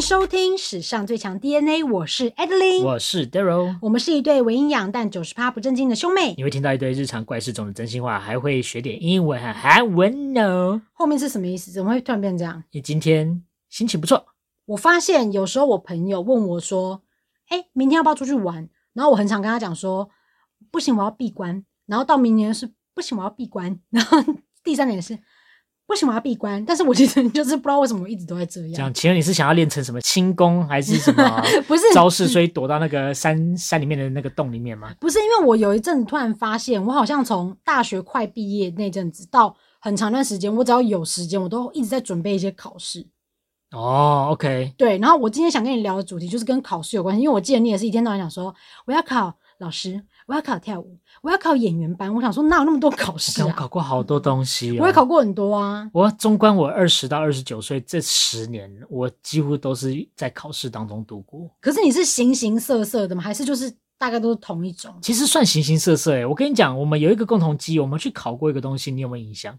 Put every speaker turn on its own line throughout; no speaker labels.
收听史上最强 DNA，我是 Adeline，
我是 Daryl，
我们是一对伪营养但九十趴不正经的兄妹。
你会听到一堆日常怪事中的真心话，还会学点英文和韩文哦。
后面是什么意思？怎么会突然变这样？
你今天心情不错，
我发现有时候我朋友问我说：“哎，明天要不要出去玩？”然后我很常跟他讲说：“不行，我要闭关。”然后到明年是“不行，我要闭关”， 然后第三年是“不行，我要闭关”。但是我其实就是不知道为什么我一直都在这样。
这样，请问你是想要练成什么轻功，还是什 么
不是
招式，所以躲到那个山山里面的那个洞里面 吗？
不是因为我有一阵子突然发现，我好像从大学快毕业那阵子到很长段时间，我只要有时间，我都一直在准备一些考试。
哦，OK，
对，然后我今天想跟你聊的主题就是跟考试有关系，因为我记得你也是一天到晚想说我要考老师，我要考跳舞，我要考演员班。我想说哪有那么多考试
我
啊？
考过好多东西、哦，
我也考。过很多啊。
我纵观我二十到二十九岁这十年，我几乎都是在考试当中度过。
可是你是形形色色的吗？还是就是大概都是同一种？
其实算形形色色诶、我跟你讲，我们有一个共同基，我们去考过一个东西，你有没有印象？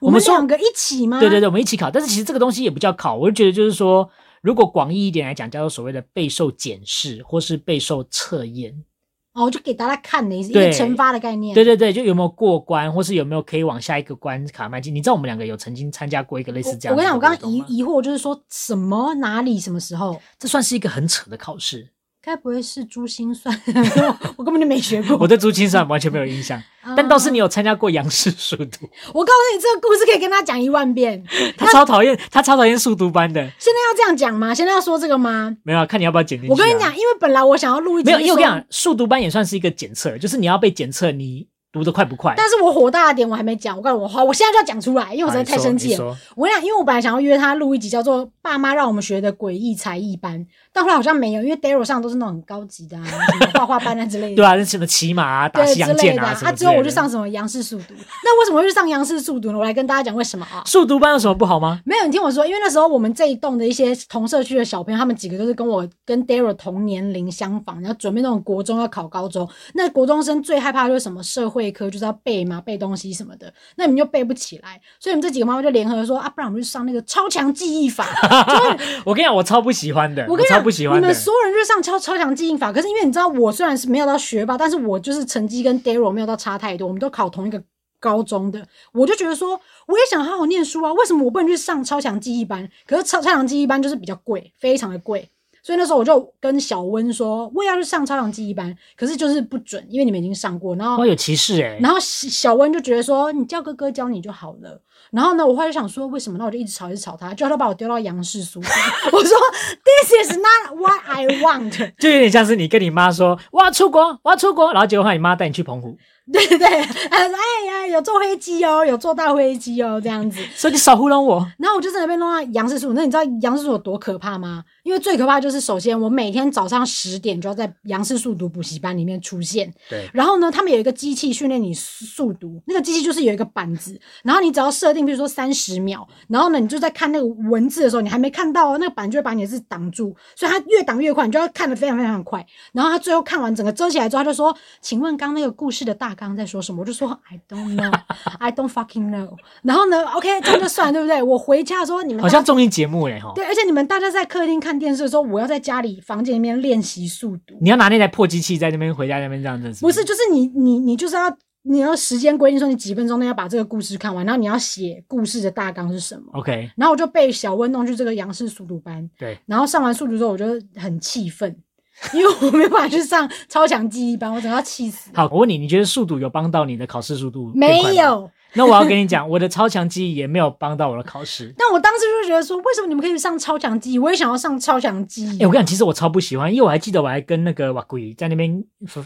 我
我
们
们说
两个一起吗？
对对对，我们一起考。但是其实这个东西也不叫考，我就觉得就是说，如果广义一点来讲，叫做所谓的备受检视或是备受测验。
哦，就给大家看的意思，一个
对
惩罚的概念。
对对对，就有没有过关，或是有没有可以往下一个关卡迈进。你知道我们两个有曾经参加过一个类
我
似这
我
样
跟
子
你讲，我刚
的活动吗，
刚疑疑惑就是说什么哪里什么时候？
这算是一个很扯的考试。
该不会是珠心算？ 我我根本就没学过。嗯
我对珠心算完全没有印象，但倒是你有参加过杨氏数 独，
我告诉你，这个故事可以跟他讲一万遍。
他超讨厌，他超讨厌数独班的。
现在要这样讲吗？现在要说这个吗？
没有啊，看你要不要剪进去、啊。
我跟你讲，，因为本来我想要录一集，
没有，因为我跟你讲，，数独班也算是一个检测，就是你要被检测你读得快不快。
但是我火大的点我还没讲，我告诉你，我好，我现在就要讲出来，因为我实在太生气了。
了。
我跟你讲，因为我本来想要约他录一集叫做《爸妈让我们学的诡异才艺班》，但后来好像没有，因为 Daryl 上都是那种很高级的、啊，什么画画班啊之类的。
对啊，那什么骑马啊、打
对
西
之
洋
类
剑
的
啊
啊，
什
啊
么
之
之
后
类的。
我就上什么杨氏速读，那为什么会去上杨氏速读呢？我来跟大家讲为什么啊。
数独班有什么不好吗？
没有，你听我说，因为那时候我们这一栋的一些同社区的小朋友，他们几个都是跟我跟 Daryl 同年龄相仿，然后准备那种国中要考高中。那国中生最害怕的就是什么社会科，就是要背嘛，背东西什么的。那你们就背不起来，所以我们这几个妈妈就联合说啊，不然我们就上那个超强记忆法。
我跟你讲，我超不喜欢的，
我跟你
超
讲，
不喜欢
你
的
们。所有人就是上超超强记忆法，可是因为你知道，我虽然是没有到学霸，但是我就是成绩跟 Daryl 没有到差太多，我们都考同一个高中的，我就觉得说，我也想好好念书啊，为什么我不能去上超强记忆班？可是超超强记忆班就是比较贵，非常的贵。所以那时候我就跟小温说，我也要去上超强记忆班，可是就是不准，因为你们已经上过。然后
哇，有歧视哎、
然后小小温就觉得说，你叫哥哥教你就好了。然后呢，我后来就想说，为什么？那我就一直吵，一直吵他，就他把我丢到杨氏书房。 我说，This is not what I want。
就有点像是你跟你妈说我要出国，我要出国，然后结果让你妈带你去澎湖，
对对对，他说，哎呀，有坐飞机哦，有坐大飞机哦，这样子。
所以你少糊弄我。
然后我就在那边弄到杨氏书，那你知道杨氏书有多可怕吗？因为最可怕就是，首先我每天早上十点就要在杨氏书读补习班里面出现，
对，
然后呢，他们有一个机器训练你速读，那个机器就是有一个板子，然后你只要设定，比如说三十秒，然后呢，你就在看那个文字的时候，你还没看到哦，那个板就会把你的字挡住，所以它越挡越快，你就要看得非常非常快。然后他最后看完整个遮起来之后，他就说：“请问刚那个故事的大纲在说什么？”我就说：“I don't know, I don't fucking know。”然后呢，OK，这样就算了，对不对？我回家说你们
好像综艺节目哎、欸、哈。
对，而且你们大家在客厅看电视的时候，我要在家里房间里面练习速读。
你要拿那台破机器在那边回家那边这样子，
不是，就是你你你就是要你要时间规定说你几分钟内要把这个故事看完，然后你要写故事的大纲是什么。
OK，
然后我就被小温弄去这个杨氏速读班，
对，
然后上完速读之后，我就很气愤，因为我没有办法去上超强记忆班，我整个要气死。
好，我问你，你觉得速读有帮到你的考试速度？
没。有，
那我要跟你讲，我的超强记忆也没有帮到我的考试。
但我当时就觉得说，为什么你们可以上超强记忆，我也想要上超强记忆
哎、。我跟你讲，其实我超不喜欢，因为我还记得我还跟那个瓦古在那边，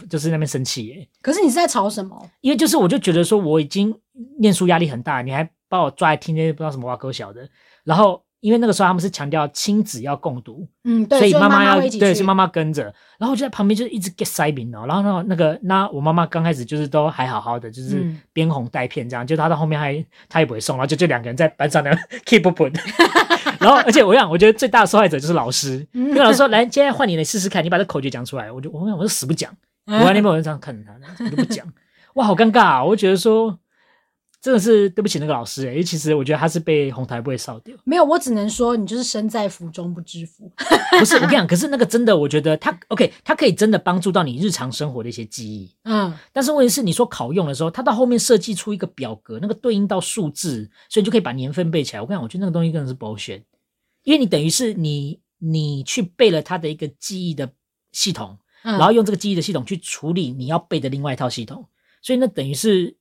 就是那边生气耶，
可是你是在吵什么？
因为就是我就觉得说我已经念书压力很大，你还把我抓来听那些不知道什么挖沟小的，然后因为那个时候他们是强调亲子要共读，
嗯，对，
所以妈
妈
要
会一起
对，
去。
是妈妈跟着，然后我就在旁边就一直 get 塞饼哦，然后呢，那个那我妈妈刚开始就是都还好好的，就是
嗯
边哄带骗这样，就她到后面还她也不会送，然后就就两个人在班上那样 keep up，然后而且我想，我觉得最大的受害者就是老师，
嗯
因为老师说来，现在换你来试试看，你把这口诀讲出来，我就我我就死
嗯
啊不讲，我在那边我就这样看着他，我就不讲，哇，好尴尬、啊，我就觉得说。真的是对不起那个老师、欸，因为其实我觉得他是被红台不会烧掉。
没有，我只能说你就是身在福中不知福。
不是我跟你讲，可是那个真的，我觉得他 OK，他可以真的帮助到你日常生活的一些记忆。
嗯，
但是问题是，你说考用的时候，他到后面设计出一个表格，那个对应到数字，所以你就可以把年份背起来。我跟你讲，我觉得那个东西真的是 bullshit，因为你等于是你你去背了他的一个记忆的系统，
嗯
然后用这个记忆的系统去处理你要背的另外一套系统，所以那等于是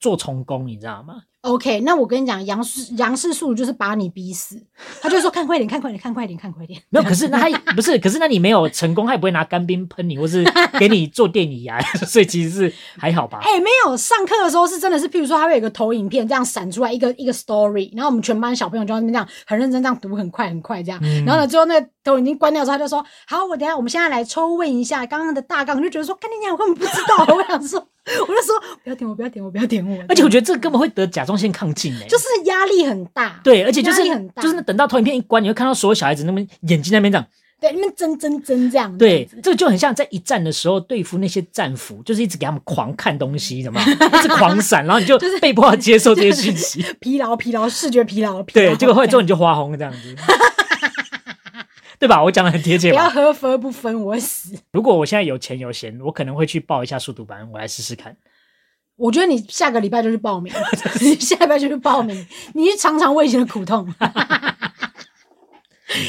做重工，你知道吗？
OK，那我跟你讲，杨氏杨氏素就是把你逼死，他就说看快点，看快点，看快点，看快点。
没有，可是那他不是，可是那你没有成功，他也不会拿干冰喷你，或是给你做电椅啊， 所以其实是还好吧。
哎、没有上课的时候是真的是，譬如说他会有一个投影片这样闪出来一个一个 story，然后我们全班小朋友就在那边这样很认真这样读，很快很快这样。
嗯
然后呢，最后那个投影已经关掉之后，他就说：“好，我等一下我们现在来抽问一下刚刚的大纲。”我就觉得说：“干你娘，我根本不知道。”我想说，我就说不要点我，不要点我，不要点我。
而且我觉得这个根本会得甲状腺亢进哎、
嗯就是压力很大，
对，而且就
压
是
力很大
就是那等到投影片一关，你会看到所有小孩子那边眼睛那边这样，
对，你们争争争这样。
对，这个就很像在一战的时候对付那些战俘，就是一直给他们狂看东西，怎么一直狂闪，然后你就被迫要接受这些讯息，
疲劳疲劳，视觉疲劳疲劳。
对，结果后来之后你就花红这样子，对吧？我讲的很贴切
不要
吧？
喝分不分，我会死。
如果我现在有钱有闲，我可能会去报一下速读班，我来试试看。
我觉得你下个礼拜就去 报名，你下礼拜就去报名，你去尝尝我以前的苦 痛。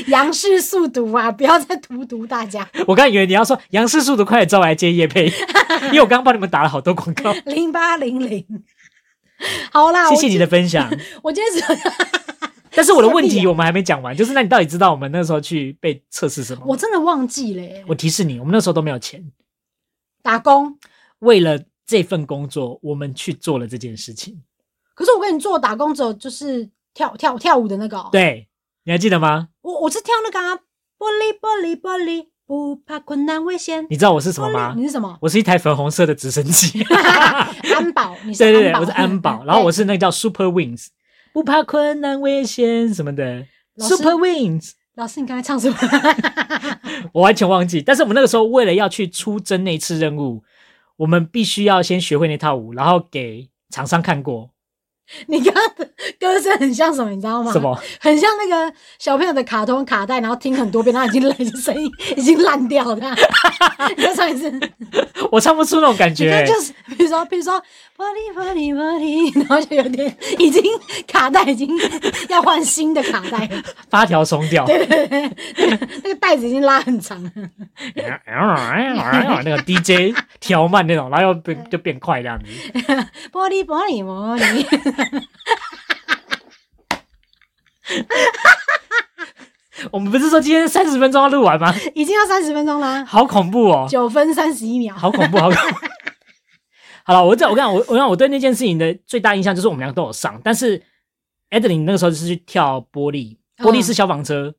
杨氏速读啊，不要再荼毒大家。
我刚以为你要说杨氏速读快点招我来接叶配， 因为我刚刚帮你们打了好多广 告，
零八零零，好啦，
谢谢你的分享。
我今天。我 今天只
但是我的问
谢谢
题
啊
我们还没讲完，就是那你到底知道我们那时候去被测试什么吗？
我真的忘记了耶、
我提示你，我们那时候都没有钱，
打工。
为了这份工作，我们去做了这件事情。
可是我跟你做打工者就是跳跳跳舞的那个、哦，
对，你还记得吗？
我我是跳那个啊，玻璃玻璃玻璃，不怕困难危险。
你知道我是什么
玻璃
吗
你？是什么？
我是一台粉红色的直升机。
安保， 你是
对对
安
对，
保哎
我是安保， 然后我是那个叫 Super Wings，不怕困难危险什么的。
老师
Super Wings，
老师，你刚才唱什么？
我完全忘记。但是我们那个时候为了要去出征那次任务，我们必须要先学会那套舞，然后给厂商看过。
你刚刚的歌声很像什么，你知道吗？
什么？
很像那个小朋友的卡通卡带，然后听很多遍，然后已经烂， 声音已经烂掉了。 你再唱一次，你
我唱不出那种感觉、
看就是，比如说，比如说，玻璃玻璃玻璃， 然后就有点已经卡带已经要换新的卡带了，
发条松掉。
对对对，那个那个带子已经拉很长了。
哎那 个 DJ 调慢那种，然后又变就变快这样子。
玻璃玻璃玻璃，
我们不是说今天三十分钟要录完吗？
已经要三十分钟啦，
好恐怖哦，
九分三十一秒。
好恐怖，好 恐怖。好了，我这我跟你讲，我我讲我对那件事情的最大印象就是我们两个都有上，但是 Adeline 那个时候就是去跳玻璃，
嗯
玻璃是消防车、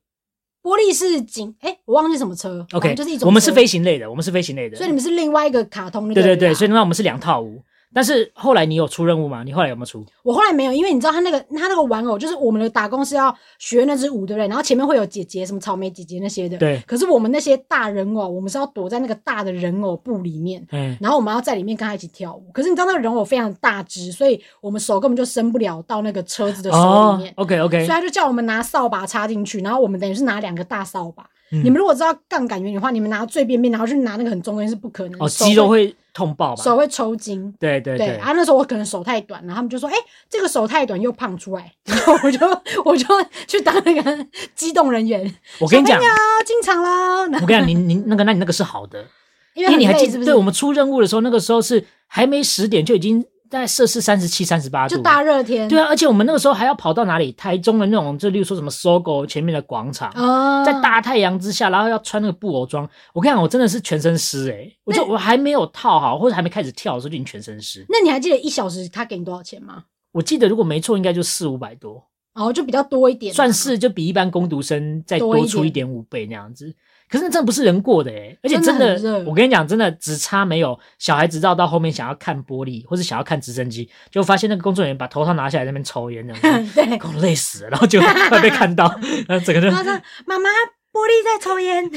玻璃是警，哎、我忘记什么车
o
反正
k
哦就是一种车。
我们是飞行类的，我们是飞行类的，
所以你们是另外一个啊卡通的，
对对
对
对，
啦
所以那我们是两套舞。但是后来你有出任务吗？你后来有没有出？
我后来没有，因为你知道他那个他那个玩偶，就是我们的打工是要学那支舞，对不对？然后前面会有姐姐什么草莓姐姐那些的，
对
可是我们那些大人偶，我们是要躲在那个大的人偶布里面，
嗯，
然后我们要在里面跟他一起跳舞。可是你知道那个人偶非常大只，所以我们手根本就伸不了到那个车子的手里面。
，OK
所
OK，
以他就叫我们拿扫把插进去，然后我们等于是拿两个大扫把。
嗯
你们如果知道杠杆原理的话，你们拿最边边，然后去拿那个很中间是不可能的，
哦，
手
肌肉会痛爆吧？
手会抽筋。
对对
对
对，
啊，那时候我可能手太短，然后他们就说：“哎、这个手太短又胖出来。” 然后我就我就去当那个机动人员，
我跟你讲
小，啊，进场啦。 然
我
后
跟你讲，你你那个，那你那个是好的，
因
因
为
为
很
你还
累，
记
是
得，
不
对
是？
我们出任务的时候，那个时候是还没十点就已经大概摄氏三十七、三十八
就
度，
大热天。
对啊，而且我们那个时候还要跑到哪里？台中的那种，就例如说什么搜狗前面的广场，
啊，
在大太阳之下，然后要穿那个布偶装。我跟你讲，我真的是全身湿诶、我就我还没有套好，或者还没开始跳的时候就已经全身湿。
那你还记得一小时他给你多少钱吗？
我记得如果没错，应该就四五百多。
哦，就比较多一点，
算。是就比一般攻读生再
多一
多出一点五倍那样子。可是那真的不是人过的哎、而且真
真的
的，
很热
我跟你讲，真的只差没有小孩子绕到后面想要看玻璃或者想要看直升机，就发现那个工作人员把头套拿下来在那边抽烟，那 样子
对，
给我累死了，然后就快被 看到，然后整个人
然后说：“妈妈，玻璃在抽烟，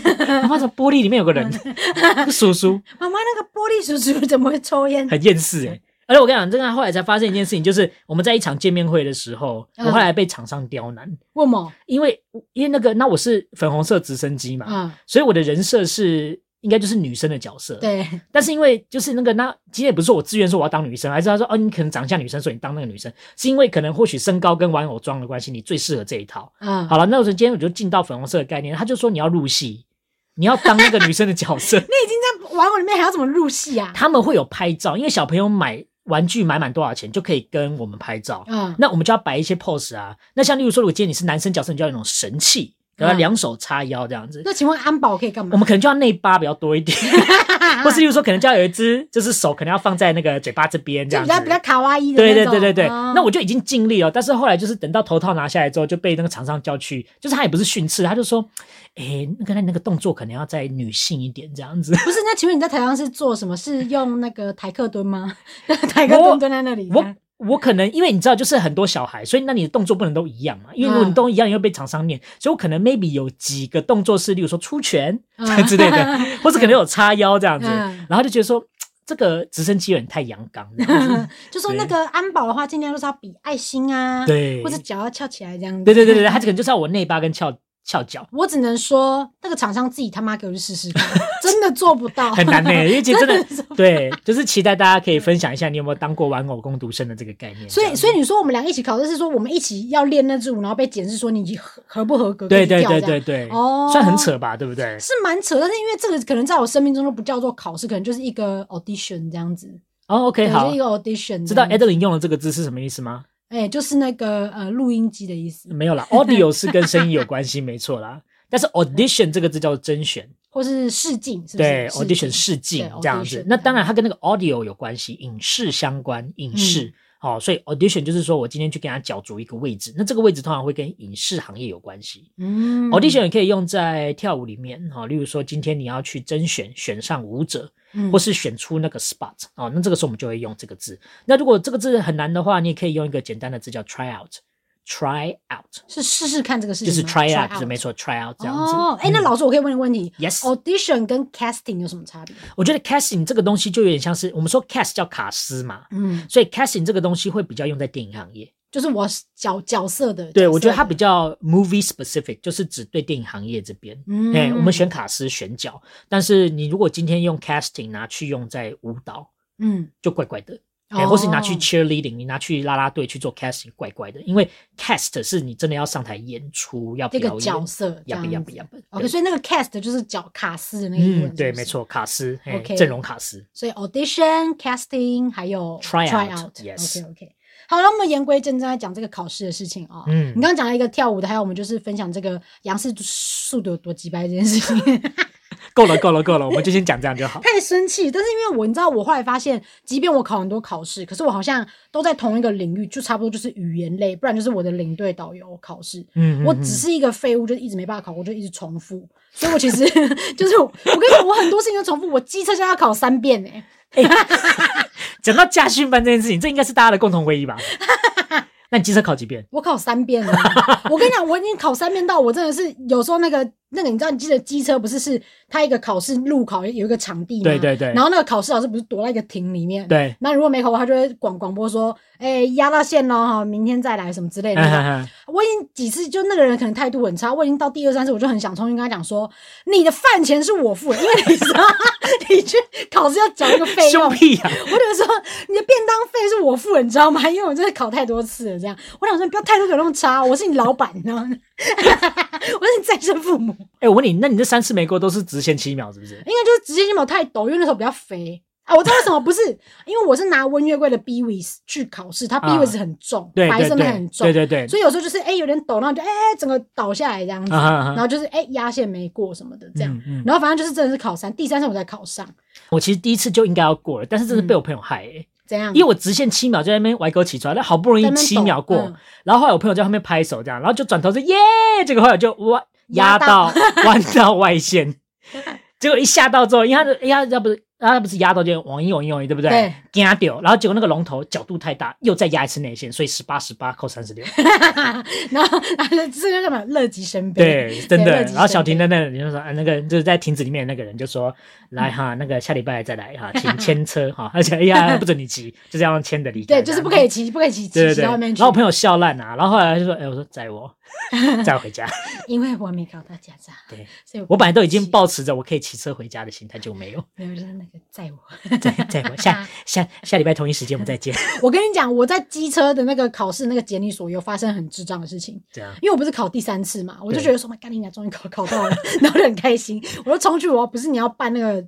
他妈的玻 璃里面有个人，叔叔
妈妈那个玻璃叔叔怎么会抽烟？”
很厌世哎、而且我跟你讲，这个后来才发现一件事情，就是我们在一场见面会的时候，我
嗯
后来被厂商刁难，
为什么？
因为因为那个那我是粉红色直升机嘛，
啊，
所以我的人设是应该就是女生的角色。，
对，
但是因为就是那个那其实也不是我自愿说我要当女生，还是他说哦你可能长得像女生，所以你当那个女生，是因为可能或许身高跟玩偶装的关系，你最适合这一套。
啊，
好了，那我就今天我就进到粉红色的概念，他就说你要入戏，你要当那个女生的角色。
你已经在玩偶里面还要怎么入戏啊？
他们会有拍照，因为小朋友买玩具买满多少钱就可以跟我们拍照，
啊，
那我们就要摆一些 pose 啊。那像例如说，如果今天你是男生角色，你就要有那种神器，然后
嗯
两手叉腰这样子。
那请问安保可以干
我
嘛？
们可能就要内八比较多 一点，或是例如说，可能就要有一只，就是手可能要放在那个嘴巴这边这
就
样
比
子
较。比较卡哇伊的
对
那
对
种。
对对对，
啊
那我就已经尽力了，但是后来就是等到头套拿下来之后，就被那个厂商叫去，就是他也不是训斥，他就说，诶，那个那那个动作可能要再女性一点这样子。
啊不是，那请问你在台上是做什么？是用那个台客蹲吗？ 台客蹲蹲在那里，
我我可能因为你知道，就是很多小孩，所以那你的动作不能都一样嘛。因为
嗯
如果你都一样，又被厂商念，所以我可能 maybe 有几个动作是，例如说出拳
嗯
之类的，或者可能有叉腰这样子
嗯，
然后就觉得说嘖这个直升机有点太阳刚这 样子。
就说那个安保的话，尽量就是要比爱心啊，
对
或者脚要翘起来这样子。
对对对对对，他可能就是要我内八跟翘翘脚，
我只能说，那个厂商自己他妈给我去试试 看，真的做不到，
很难呢、因为其实真
真的
的对，就是期待大家可以分享一下你有没有当过玩偶攻读生的这个概念。
所以，
这样子
所以你说我们俩一起考试是说我们一起要练那支舞，然后被检视说你合合不合格，
对
可以
对
跳
对
这样
对对，
哦
算很扯吧，对不对？
是蛮扯，但是因为这个可能在我生命中都不叫做考试，可能就是一个 audition 这样子，
哦，OK，
对，就
好
是一，个 audition
知
这
道
样子。
Adeline 用的这个字是什么意思吗？
哎、就是那个呃录音机的意思，
没有 啦，audio 是跟声音有关系，没错啦。但是 audition 这个字叫做甄选，
或是试镜，是不是？
对
试镜
，audition 试镜
对
这样子
audition。嗯
那当然，它跟那个 audio 有关系，影视相关，影视。
嗯
好，所以 audition 就是说我今天去跟他角逐一个位置，那这个位置通常会跟影视行业有关系。
嗯
audition 也可以用在跳舞里面，好，例如说今天你要去甄选选上舞者，
嗯
或是选出那个 spot 哦，那这个时候我们就会用这个字。那如果这个字很难的话，你也可以用一个简单的字叫 try out，try out。
是试试看这个事
就
情
是
吗
try out，就是没错，try out 这样子。
哦，哎、那
嗯
老师，我可以问你个问题
Yes
audition 跟 casting 有什么差别？
我觉得 casting 这个东西就有点像是我们说 cast 叫卡斯嘛，
嗯，
所以 casting 这个东西会比较用在电影行业。
就是我角角色的，
对，
角色
我觉得它
的
比较 movie specific，就是只对电影行业这边。
嗯
哎、我们选卡斯选角，但是你如果今天用 casting 拿去用在舞蹈，
嗯，
就怪怪的。哎、或是你拿去
哦
cheerleading，你拿去啦啦队去做 casting，怪怪的，因为 cast 是你真的要上台演出，要
这
表
个
演。
角色这
要
样
不
子，
要不要不？
OK，
对
所以那个 cast 就是角卡斯的那个英文、
嗯，对，没。错，卡斯，哎
OK
阵容卡斯。
所以 audition、casting 还有
Try
try
out，
out
yes
OK OK。好，那我们言归正传，来讲这个考试的事情啊、
嗯
你刚刚讲了一个跳舞的，还有我们就是分享这个杨氏速度有多击败这件事情，
够了，够了，够了，我们就先讲这样就 好。
太生气。但是因为我你知道，我后来发现，即便我考很多考试，可是我好像都在同一个领域，就差不多就是语言类，不然就是我的领队导游考试。
嗯，
我
嗯
只
嗯
是一个废物，就一直没办法考，我就一直重复，所以我其实 就是我我跟你讲，我很多事情都重复，我机车现在要考三遍呢、欸
讲到家训班这件事情，这应该是大家的共同回 忆吧？那你机车考几遍？
我考三遍了。我跟你讲，我已经考三遍到我真的是有时候那个那个，你知道，你记得机车不是是它一个考试路考有一个场地吗？
对对对
然后那个考试老师不是躲在一个亭里面？。
对，
那如果没考过，他就会广广播说：“哎、压到线喽，哈，明天再来什么之类的。
嗯
我已经几次就那个人可能态度很差，我已经到第二三次，我就很想冲进跟他讲说：“你的饭钱是我付的，因为你知道 你去考试要缴一个费用。”
凶屁啊呀！
我就说你的便当费是我付的，你知道吗？因为我真的考太多次了，这样。我想说你不要态度给我那么差，我是你老板，你知道吗？ 我是你再生父母，应
哎，我问你，那你这三次没过都是直线七秒是不是？
该就是直接肩膀太抖，因为那时候比较肥。啊，我知道为什么不是，因为我是拿温月桂的 B w i s 去考试，它 B
啊
w i s 很重，
对
白
对
色的很
对，
重，
对对对，
所以有时候就是哎、有点抖，然后就哎、哎整个倒下来这样子，
啊哈啊哈
然后就是哎压、线没过什么的这样，
嗯嗯
然后反正就是真的是考三，第三次我才考上，
我其实第一次就应该要过了，但是真的被我朋友害欸，
怎样？
因为我直线七秒就在那边歪勾起出来，那好不容易
在那边
七
抖
秒过
嗯，
然后后来我朋友在后面拍手这样，然后就转头说耶，结果后来我就弯
压
压
到
到弯到外线，结果一下到之后，因为他的因为他要不是然后它不是压到就往一往一往一，对不对
对？
压掉，然后结果那个龙头角度太大，又再压一次内线，所以十八十八扣 三十六。
然后然后这个叫什么乐极生悲，
对，真的
乐。极
然后小
生
婷
悲
在那里就说，啊，那个就是在亭子里面的那个人就说，来哈，那个下礼拜再来 哈，请牵车哈，而且哎呀不准你骑，就是要用牵的离开。
对，就是不可以。骑，不可以骑，
对对
骑骑
对。
到外面
然
去
后我，朋友笑烂啊，然后后来他就说，哎，我说 载我，载我回家。
因为我还没考到驾照，
对，
所以
我本来都已经
报，
抱持着我可以骑车回家的心态，就没有。嗯
没有就是那个载我。
载 载我下下下礼拜同一时间我们再见。
我跟你讲，我在机车的那个考试那个检理所有发生很智障的事情，
这样。
因为我不是考第三次嘛，我就
对
觉得说妈，干你娘，终于考考到了，然后就很开心，我就冲去，我不是你要办那个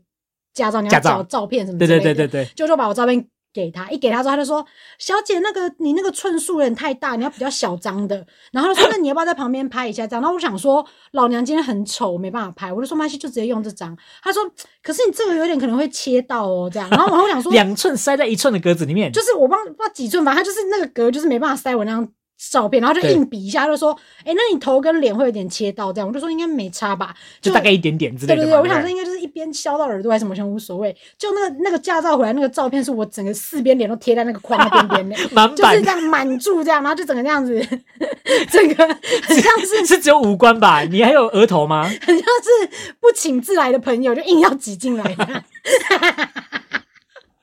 驾照，你
驾
要
照
找照片什么之
对
类
对
的，
对对对。
就就把我照片给他，一给他之后，他就说：“小姐，那个你那个寸数有点太大，你要比较小张的。”然后他说：“那你要不要在旁边拍一下这样？”然后我想说，老娘今天很丑，我没办法拍，我就说：“没关系，就直接用这张。”他说：“可是你这个有点可能会切到哦，这样。”然后我我想说，
两寸塞在一寸的格子里面，
就是我不知道不知道几寸，反正他就是那个格，就是没办法塞我那张照片，然后就
对
硬比一下，就说：“哎、那你头跟脸会有点切到这样。”我就说：“应该没差吧？”
就大概一点点之类
对
的
对对，
嘛。
我
不
想说应该就是一边削到耳朵还是什么，全无所谓。就那个那个驾照回来那个照片，是我整个四边脸都贴在那个框的边边 的，
满
就是
版
这样满住这样，然后就整个这样子， 整个很像是
是只有五官吧？你还有额头吗？
很像是不请自来的朋友，就硬要挤进来。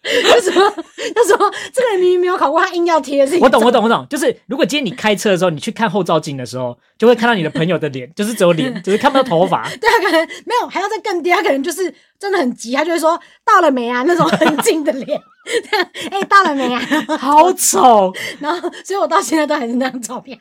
他说：“他说这个人明明没有考过，他硬要贴这个。”
我懂，我懂，我懂。就是如果今天你开车的时候，你去看后照镜的时候，就会看到你的朋友的脸，就是只有脸，就是看不到头发。
对，啊他可能没有，还要再更低，他可能就是真的很急，他就会说到了没啊那种很近的脸，哎、到了没啊？
好丑！
然后，所以我到现在都还是那张照片。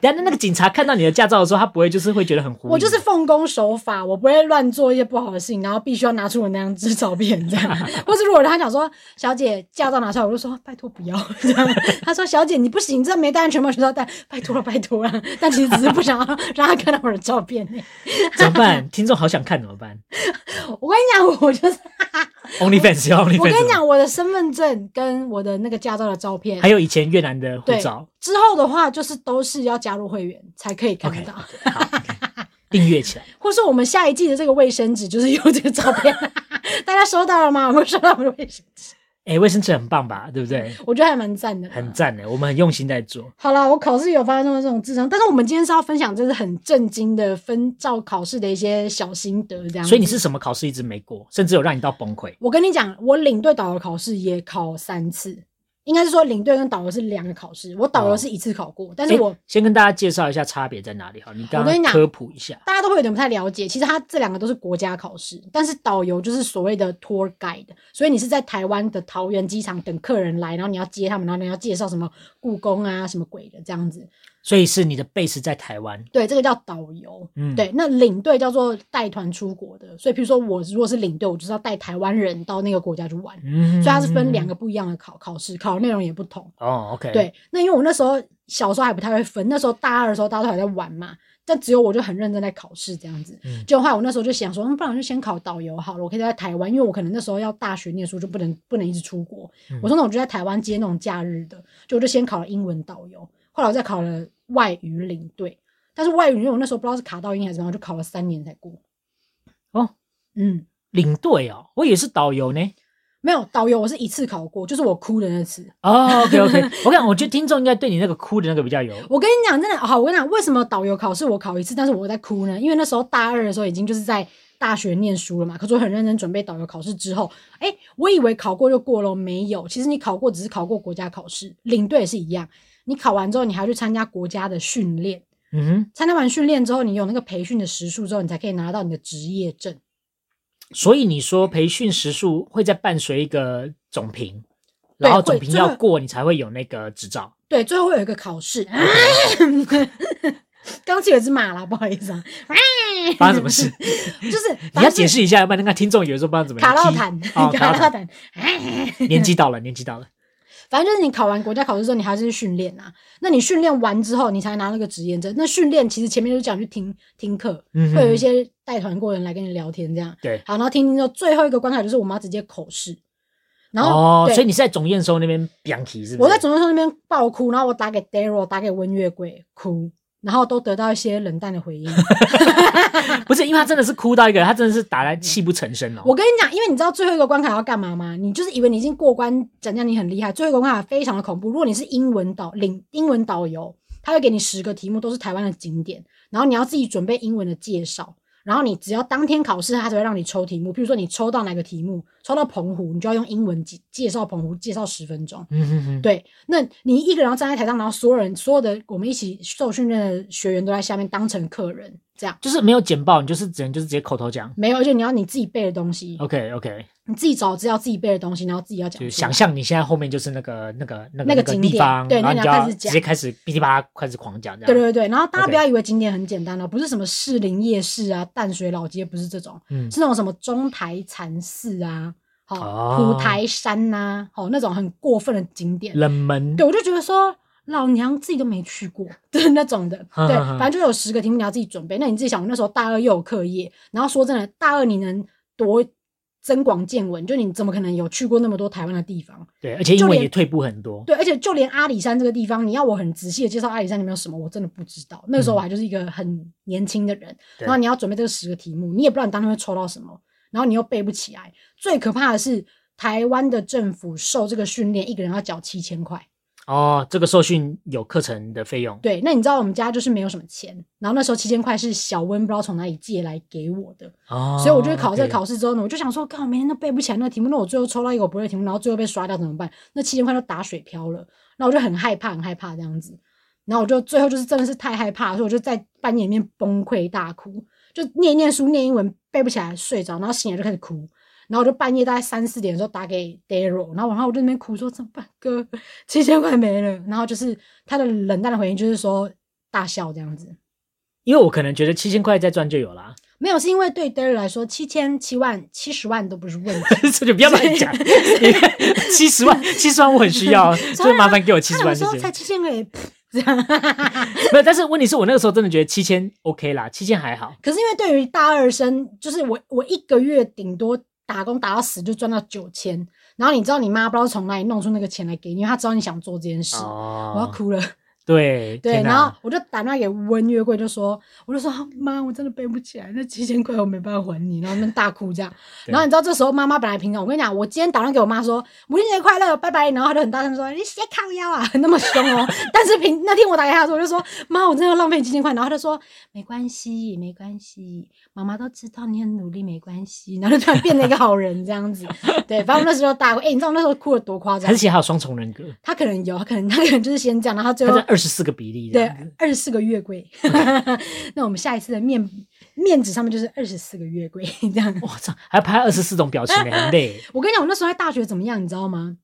但那那个警察看到你的驾照的时候，他不会就是会觉得很狐疑。
我就是奉公守法，我不会乱做一些不好的事情，然后必须要拿出我那张纸照片这样。或是如果他讲说小姐驾照拿出来，我就说拜托不要这样。他说小姐你不行，你这没带安全帽，全罩带，拜托了啊拜托了。但其实只是不想要 让他看到我的照片、欸。
怎么办？听众好想看怎么办
我跟你讲，我就是
？OnlyFans 要 OnlyFans。
我跟你，讲，我的身份证跟我的那个驾照的照片
还。有以前越南的护
对
照，
之后的话，就是都是要加入会员才可以看得
OK
到
订阅起来。
或是我们下一季的这个卫生纸就是用这个照片， 大家收到了吗？有没有收到我们的卫生纸？
哎，卫生纸很棒吧？对不对？
我觉得还蛮赞的。
很赞的，我们很用心在做。
好啦，我考试有发生过这种智商，但是我们今天是要分享就是很震惊的分照考试的一些小心得，这样子。
所以你是什么考试一直没过，甚至有让你到崩溃？
我跟你讲，我领队导游考试也考三次，应该是说领队跟导游是两个考试，我导游是一次考过，但是
哦诶
我
先跟大家介绍一下差别在哪里哈，你刚
我跟
刚
你讲
科普一下。
大家都会有点不太了解，其实它这两个都是国家考试，但是导游就是所谓的 tour guide，所以你是在台湾的桃园机场等客人来，然后你要接他们，然后你要介绍什么故宫啊什么鬼的这样子。
所以是你的 base 在台湾，
对，这个叫导游。
嗯，，
对，那领队叫做带团出国的，所以譬如说我如果是领队，我就是要带台湾人到那个国家去玩，
嗯
所以它是分两个不一样的考考试，考的内容也不同。
哦，OK，，
对，那因为我那时候小时候还不太会分，那时候大二的时候大家都还在玩嘛，但只有我就很认真在考试这样子。
嗯
就后来我那时候就想说，嗯不然我就先考导游好了，我可以在台湾，因为我可能那时候要大学念书，就不能不能一直出国。
嗯
我说那我就在台湾接那种假日的，就我就先考了英文导游，后来我再考了外语领队，但是外语因为我那时候不知道是卡到音还是怎么样，我就考了三年才过。
哦，
嗯，
领队哦，我也是导 游呢。
没有导游我是一次考过，就是我哭的那次。
哦，OK，OK，我看，我觉得听众应该对你那个哭的那个比较有，
我跟你讲，真的啊好，我跟你讲，为什么导游考试我考一次，但是我在哭呢？因为那时候大二的时候已经就是在大学念书了嘛，可是我很认真准备导游考试之后，哎、我以为考过就过了，没有，其实你考过只是考过国家考试，领队也是一样，你考完之后你还要去参加国家的训练，
嗯哼，
参加完训练之后，你有那个培训的时数之后，你才可以拿到你的职业证。
所以你说培训时数会再伴随一个总评，
对
然后
会
总评
这
要
个
过，你才会有那个执照。
对，最后会有一个考试。啊 刚才有一只马啦，不好意思啊，
发生 什么事？
就是
你
反正
要
就
解
是
释一下，要不然那个听众有时候不知道怎么
卡到
踢
坦，
哦，卡
卡
到
到
坦，
坦。
年纪到了，年纪到了，
反正就是你考完国家考试之后，你还是去训练啊。那你训练完之后，你才拿那个职业证。那训练其实前面就讲去听听课，
嗯哼
会有一些带团过的人来跟你聊天，这样。
对。
好，然后听听之后，最后一个关卡就是我们要直接口试。然后，
哦，
对
所以你是在总验收那边 b i a n k 是不是？
我在总教授那边爆哭，然后我打给 Daryl，打给温月桂哭，然后都得到一些冷淡的回应。
不是，因为他真的是哭到一个，他真的是打来泣不成声哦。
我跟你讲，因为你知道最后一个关卡要干嘛吗？你就是以为你已经过关，讲讲你很厉害，最后一个关卡非常的恐怖。如果你是英文导领英文导游，他会给你十个题目，都是台湾的景点，然后你要自己准备英文的介绍。然后你只要当天考试，他才会让你抽题目。譬如说你抽到哪个题目，抽到澎湖，你就要用英文介介绍澎湖，介绍十分钟。
嗯哼哼，
对，那你一个人要站在台上，然后所有人所有的我们一起受训练的学员都在下面当成客人，这样
就是没有简报，你就是只能就是直接口头讲。
没有，而且你要你自己背的东西，
OK OK，
你自己找资料，自己背的东西，然后自己要讲
就
出
是
来。
想象你现在后面就是那个那个那
那
个
个景
地
点
方，
对
然后
那你
你就
要
要
开
直
始讲
接开始噼里啪啦开始狂讲这样。
对对对，然后大家
啊 OK
不要以为景点很简单哦，不是什么士林夜市啊、淡水老街，不是这种，
嗯
是那种什么中台禅寺啊、好、
哦
蒲台山呐、好、那种很过分的景点。
冷门
对，我就觉得说老娘自己都没去过，就是那种的。对，反正就有十个题目你要自己准备。那你自己想，我那时候大二又有课业，然后说真的，大二你能多增广见闻，就你怎么可能有去过那么多台湾的地方？
对，而且英
就
文
连
也退步很多。
对，而且就连阿里山这个地方，你要我很仔细的介绍阿里山里面有什么，我真的不知道。那时候我还就是一个很年轻的人，
对
然后你要准备这个十个题目，你也不知道你当天会抽到什么，然后你又背不起来。最可怕的是，台湾的政府受这个训练，一个人要缴七千块。
哦，这个受训有课程的费用，
对，那你知道我们家就是没有什么钱，然后那时候七千块是小温不知道从哪里借来给我的，
哦，
所以我就考这个
OK
考试之后呢，我就想说，靠，我每天都背不起来那个题目，那我最后抽到一个我不会的题目，然后最后被刷掉怎么办？那七千块就打水漂了，那我就很害怕，很害怕这样子。然后我就最后就是真的是太害怕，所以我就在半夜里面崩溃大哭，就念一念书念英文背不起来睡着，然后醒来就开始哭。然后我就半夜大概三四点的时候打给 Daryl，然后然后我就在那边哭说怎么办哥， 七千块没了。然后就是他的冷淡的回应就是说大笑这样子，
因为我可能觉得七千块再赚就有啊啦，
没有是因为对 Daryl 来说七千七万七十万都不是问题，
这就不要乱讲。七十万，七十万我很需 要，所以麻烦给我七十万谢
他说
谢
才。七千个也，这样。
没有，但是问题是我那个时候真的觉得七千 OK 啦，七千还好。
可是因为对于大二生，就是我我一个月顶多打工打到死就赚到九千，然后你知道你妈不知道从哪里弄出那个钱来给你，因为她知道你想做这件事。我要
哦，
哭了，
对
对，
天哪
然后我就打电话给温月桂，就说，我就说妈，我真的背不起来，那七千块我没办法还你，然后那边大哭这样。
对
然后你知道这时候妈妈本来平常，我跟你讲，我今天打算给我妈说母亲节快乐，拜拜，然后她就很大声说你谁靠腰啊， 那么凶哦。但是平那天我打给她的时候，我就说妈，我真的要浪费七千块，然后她就说没关系，没关系，妈妈都知道你很努力，没关系。然后就突然变了一个好人这 样子，对，反正我那时候大哭，哎、你知道我那时候哭的多夸
还
张
是？其实还有双重人格，
她可能有，她可能她可能就是先这样，然后她最
他
后
是二十四个比例这
对
样子，，
二十四个月桂。 那我们下一次的面面纸上面就是二十四个月桂 这样。
哇操，还拍二十四种表情呢，很累。
我跟你讲，我那时候在大学怎么样，你知道吗？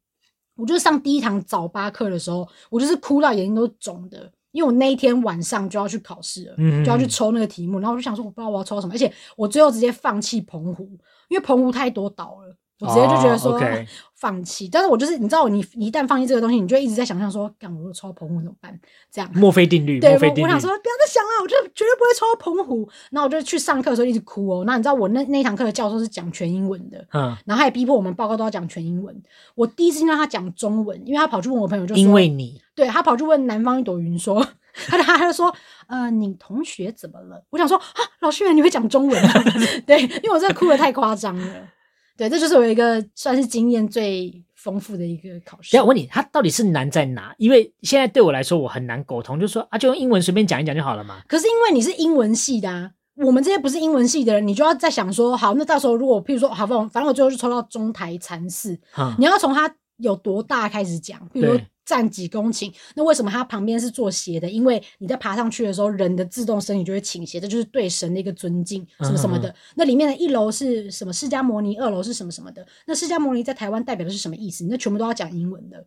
我就上第一堂早八课的时候，我就是哭到眼睛都肿的，因为我那一天晚上就要去考试了，
嗯
就要去抽那个题目，然后我就想说，我不知道我要抽什么，而且我最后直接放弃澎湖，因为澎湖太多岛了。我直接就觉得
哦
说
，OK
放弃但是我就是你知道你，你一旦放弃这个东西，你就一直在想象说，干我如果抽到澎湖怎么办？这样，
墨菲定律，
对，
墨
我
菲定
我
律
想。说不要再想了，我就绝对不会抽到澎湖。然后我就去上课的时候一直哭哦。那你知道我那那一堂课的教授是讲全英文的，
嗯，
然后他也逼迫我们报告都要讲全英文。我第一次听到他讲中文，因为他跑去问我朋友就说，
因为你
对他跑去问南方一朵云说， 他就他就说，呃，你同学怎么了？我想说啊，老师原来你会讲中文、啊， 对，因为我真的哭的太夸张了。对，这就是我一个算是经验最丰富的一个考试
等一下。我问你，它到底是难在哪？因为现在对我来说，我很难沟通，就说啊，就用英文随便讲一讲就好了嘛。
可是因为你是英文系的啊，我们这些不是英文系的人，你就要在想说，好，那到时候如果譬如说，好，反正反正我最后就抽到中台禅寺，
嗯
你要从它有多大开始讲，比如说
对
占几公顷，那为什么它旁边是做斜的？因为你在爬上去的时候，人的自动身体就会倾斜，这就是对神的一个尊敬，什么什么的。那里面的一楼是什么释迦摩尼，二楼是什么什么的。那释迦摩尼在台湾代表的是什么意思？你那全部都要讲英文的。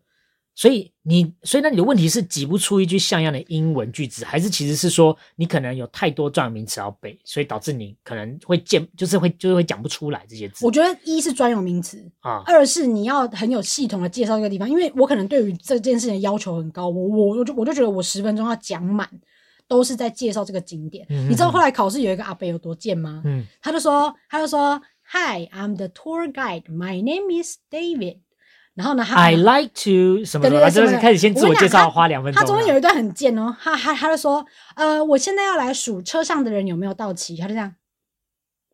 所以你，所以那你的问题是挤不出一句像样的英文句子，还是其实是说你可能有太多专有名词要背，所以导致你可能会见，就是会就是会讲不出来这些字
我觉得一是专有名词，
啊？
二是你要很有系统的介绍这个地方，因为我可能对于这件事情的要求很高，我我我就我就觉得我十分钟要讲满，都是在介绍这个景点。
嗯
你知道后来考试有一个阿北有多贱吗？
嗯，
他就说他就说，Hi，I'm the tour guide. My name is David. 然后呢，他
I like to 什么
对对
什么，
对
他就是
什么
开始先自
我
我
跟
介
你讲
绍，花两分钟啊
他
了。
中间有一段很贱哦，他他他就说，呃，我现在要来数车上的人有没有到齐，他就这样，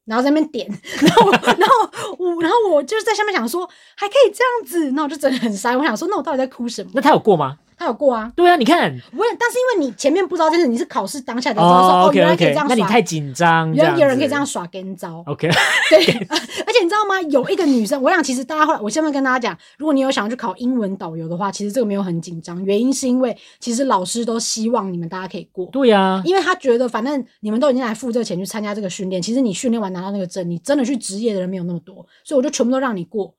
然后在那边点， 然后我然后我然后我就是在下面想说，还可以这样子，那我就真的很塞，我想说，那我到底在哭什么？
那他有过吗？
他有过啊，
对啊，你看
我也但是因为你前面不知道这件事，你是考试当下才知道说，哦，
，OK
原来可以这
OK，
样
那你
耍
太，紧张，
原来有人
子
可以这样耍跟招，
OK，
对，而且你知道吗？有一个女生，我想其实大家后来，我先跟大家讲，如果你有想要去考英文导游的话，其实这个没有很紧张，原因是因为其实老师都希望你们大家可以过。
对啊呀，
因为他觉得，反正你们都已经来付这个钱去参加这个训练，其实你训练完拿到那个证，你真的去职业的人没有那么多，所以我就全部都让你过。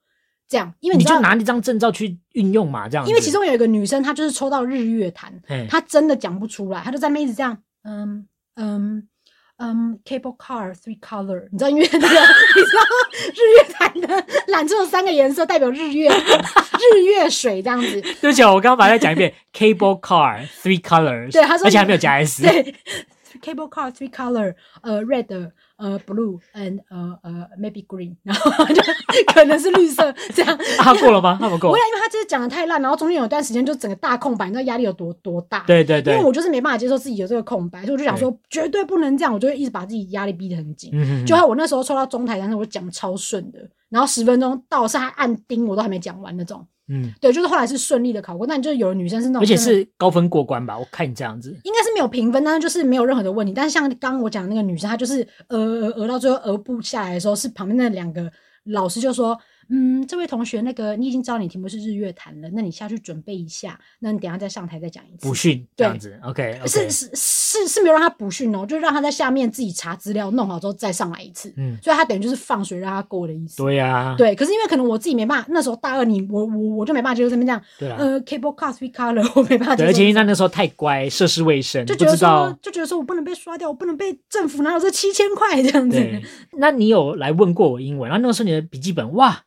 这样， 因为
啊你
知道，
就拿那张证照去运用嘛，这样子。嗯
因为其中有一个女生，她就是抽到日月潭，
嘿
她真的讲不出来，她就在那边一直这样，嗯嗯嗯，cable car three color，你知道因为那个你知道日月潭的 缆车有三个颜色代表日月日月水这样子，
对不起哦，我刚刚把它再讲一遍 ，Cable Car Three Colors，
对他说
而
你
且还没有加 S，
对，cable car three color，呃，red，呃，blue and 呃呃 maybe green，然 后就可能是绿色这样。
啊他过了吗？他不
不
过
会，，因为他就是讲的太烂，然后中间有一段时间就整个大空白，你知道压力有多多大？
对对
因
对
为，我就是没办法接受自己有这个空白，所以我就想说绝对不能这样，我就会一直把自己压力逼得很紧。
嗯，
就像我那时候抽到中台，但是我讲超顺的，然后十分钟到是他按钉我都还没讲完那种。
嗯，
对，就是后来是顺利的考过，但就是有的女生是那种
而且
真的
是高分过关吧？我看你这样子，
应该是没有评分，但是就是没有任何的问题。但是像刚刚我讲的那个女生，她就是呃呃呃到最后呃不下来的时候，是旁边那两个老师就说：“嗯，这位同学，那个你已经知道你题目是日月潭了，那你下去准备一下，那你等一下再上台再讲一次。
补训这
对
样子，OK，
是”是是是没有让他补训哦，就让他在下面自己查资料，弄好之后再上来一次。
嗯，
所以他等于就是放水让他过的意思。
对啊呀，
对，可是因为可能我自己没办法，那时候大二你我我我就没办法接受这边这样，
对啊，
呃，cable car three color 我没办法接
对，
受这
而且
种。
那那时候太乖，涉世未深，
就
不
觉得
知
说
道，。
就觉得说我不能被刷掉，我不能被政府拿走这七千块这样子。
对， 那你有来问过我英文？然后那个时候你的笔记本，哇，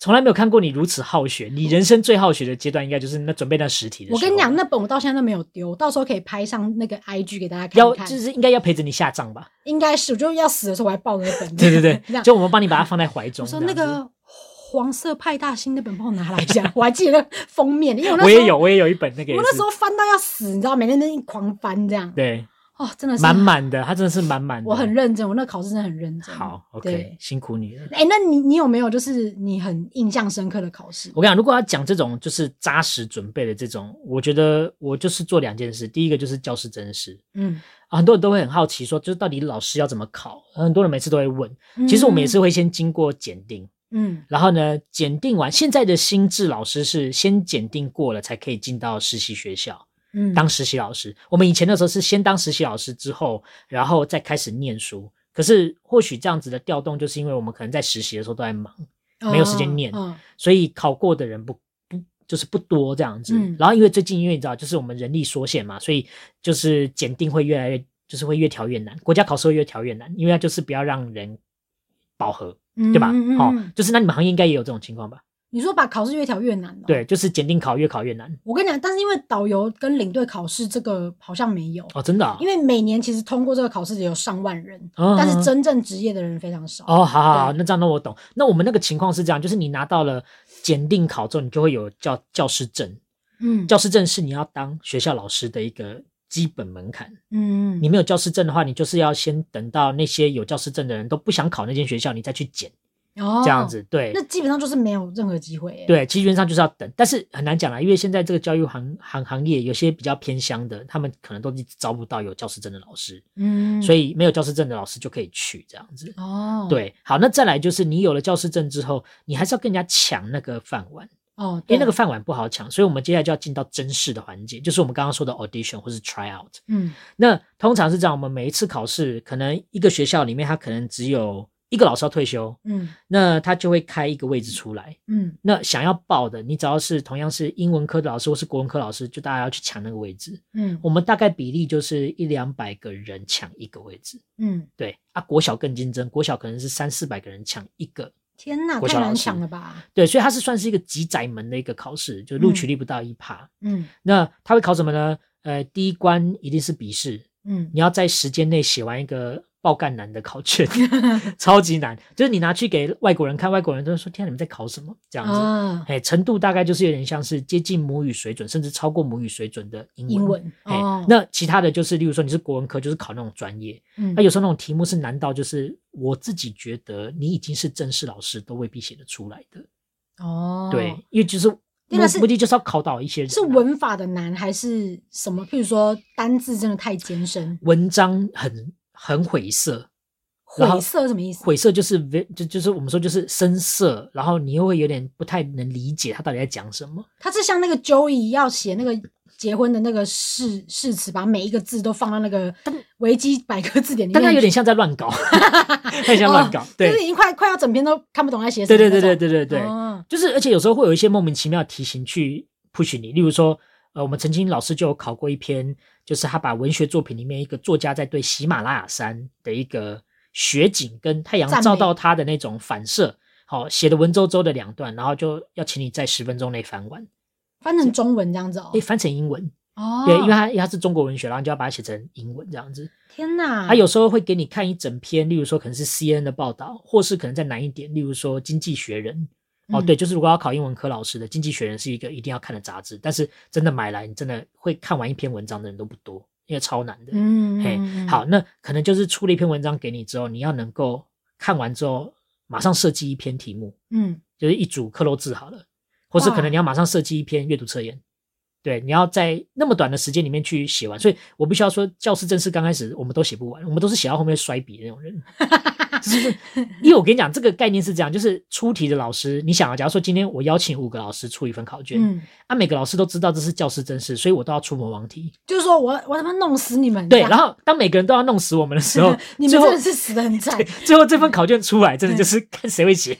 从来没有看过你如此好学。你人生最好学的阶段，应该就是那准备那实体的时候
我跟你讲，那本我到现在都没有丢，到时候可以拍上那个 IG 给大家看
要
一看。
就是应该要陪着你下 葬吧？
应该是，我就要死的时候我还抱着那本。
对对对，
这
就
样。
我们帮你把它放在怀中。
我说
这
那
样子
个黄色派大星那本帮我拿来一下，我还记得那封面，因为我那
我
时候
也有，我也有一本那个也
我
是，
那时候翻到要死，你知道，每天都狂翻这样。
对，
哦，真的是
满，满的，它真的是满满的。
我很认真，我那考试真的很认真。
好
嗯
，OK，
对。
辛苦你了。
哎、那你你有没有就是你很印象深刻的考试？
我跟你讲，如果要讲这种就是扎实准备的这种，我觉得我就是做两件事，第一个就是教师真实。
嗯，
啊很多人都会很好奇说，就是到底老师要怎么考？很多人每次都会问。其实我们也是会先经过检定，
嗯，
然后呢，检定完，现在的新制老师是先检定过了才可以进到实习学校
嗯嗯，
当实习老师。我们以前的时候是先当实习老师之后，然后再开始念书。可是或许这样子的调动，就是因为我们可能在实习的时候都在忙，没有时间念
嗯嗯
所以考过的人不不就是不多这样子。
嗯
然后因为最近因为你知道，就是我们人力缩限嘛，所以就是检定会越来越就是会越调越难，国家考试会越调越难，因为它就是不要让人饱和，
对
对吧？
嗯嗯
哦
嗯，
就是那你们行业应该也有这种情况吧？
你说把考试越调越难了、，
对，就是检定考越考越难
我跟你讲，但是因为导游跟领队考试这个好像没有，
哦，真的啊、
因为每年其实通过这个考试的有上万人，
嗯
但是真正职业的人非常少。
哦，好好好，
对
那这样那我懂。那我们那个情况是这样，就是你拿到了检定考之后，你就会有教教师证，
嗯，
教师证是你要当学校老师的一个基本门槛。
嗯
你没有教师证的话，你就是要先等到那些有教师证的人都不想考那间学校，你再去检
这
这样、子。对
嗯哦那基本上就是没有任何机会、欸。，
对，基本上就是要等，但是很难讲啦，因为现在这个教育行行行业有些比较偏乡的，他们可能都一直招不到有教师证的老师，
嗯，
所
以
以没有教师证的老师就可以去这样子。
哦，，
对，好，那再来就是你有了教师证之后，你还是要跟人家抢那个饭碗，
哦，
因
对
为那个，饭碗不好抢，所以我们接下来就要进到真试的环节，就是我们刚刚说的 audition 或是 try out。
嗯
那通常是这样，我们每一次考试，可能一个学校里面，他可能只有一个老师要退休，
嗯
那他就会开一个位置出来。
嗯
那想要报的，你只要是同样是英文科的老师或是国文科老师，就大家要去抢那个位置。
嗯
我们大概比例就是一两百个人抢一个位置，
嗯，
对啊，国小更竞争，国小可能是三四百个人抢一个，
天哪，
国
太
小老
难
师
抢了吧？
对，所以它是算是一个极窄门的一个考试，就录取
嗯
率不到一趴。
嗯
那它会考什么呢？呃，第一关一定是笔试，
嗯
你要在时间内写完一个爆干难的考卷， 超级难。就是你拿去给外国人看，外国人都会说：“天、啊，你们在考什么？”这样子。
啊，
哎，程度大概就是有点像是接近母语水准，甚至超过母语水准的英文。
英文
哎、
哦
那其他的就是，例如说你是国文科，就是考那种专业。
嗯
那有时候那种题目是难到，就是我自己觉得你已经是正式老师都未必写得出来的。
哦，
对，，因为就是
因为
目
是
目的就是要考倒一些人啊、
是文法的难还是什么？譬如说单字真的太艰深，
文章很很晦涩，然后
晦涩什么意思？
晦涩就是 ve- 就就是我们说就是深涩，然后你又会有点不太能理解他到底在讲什么。
它是像那个 Joey 要写那个结婚的那个誓誓词，把每一个字都放到那个维基百科字典里面，
但他有点像在乱搞， 他有点像乱搞，对
哦就是已经快快要整篇都看不懂在写什
对
么那种。
对对对对对对，
哦
就是而且有时候会有一些莫名其妙的题型去 push 你，例如说，呃，我们曾经老师就有考过一篇，就是他把文学作品里面一个作家在对喜马拉雅山的一个雪景跟太阳
赞美
照到他的那种反射，好、写的文绉绉的两段，然后就要请你在十分钟内翻完，
哦翻成中文这样子哦
诶，。翻成英文，
哦，
对，因为它因为它是中国文学，然后你就要把它写成英文这样子。
天哪，
他有时候会给你看一整篇，例如说可能是 C N 的报道，或是可能再难一点，例如说《经济学人》。哦，
嗯
对，就是如果要考英文科老师的，《经济学人》是一个一定要看的杂志，但是真的买来，你真的会看完一篇文章的人都不多，因为超难的。
嗯，嗯
嘿，
嗯
好，那可能就是出了一篇文章给你之后，你要能够看完之后马上设计一篇题目，
嗯，
就是一组克洛字好了，或是可
哇
能你要马上设计一篇阅读测验，对，你要在那么短的时间里面去写完。所以我必须要说，教师正式刚开始我们都写不完，我们都是写到后面摔笔的那种人。 就是因为我跟你讲，这个概念是这样，就是出题的老师，你想啊，假如说今天我邀请五个老师出一份考卷，
嗯，
啊，每个老师都知道这是教师正式，所以我都要出魔 王题。
就是说我我他妈弄死你们，这
对，
样
然后当每个人都要弄死我们的时候
，你们
最后
真的是死的很惨
对，最后这份考卷出来，
嗯
真的就是看谁会 写。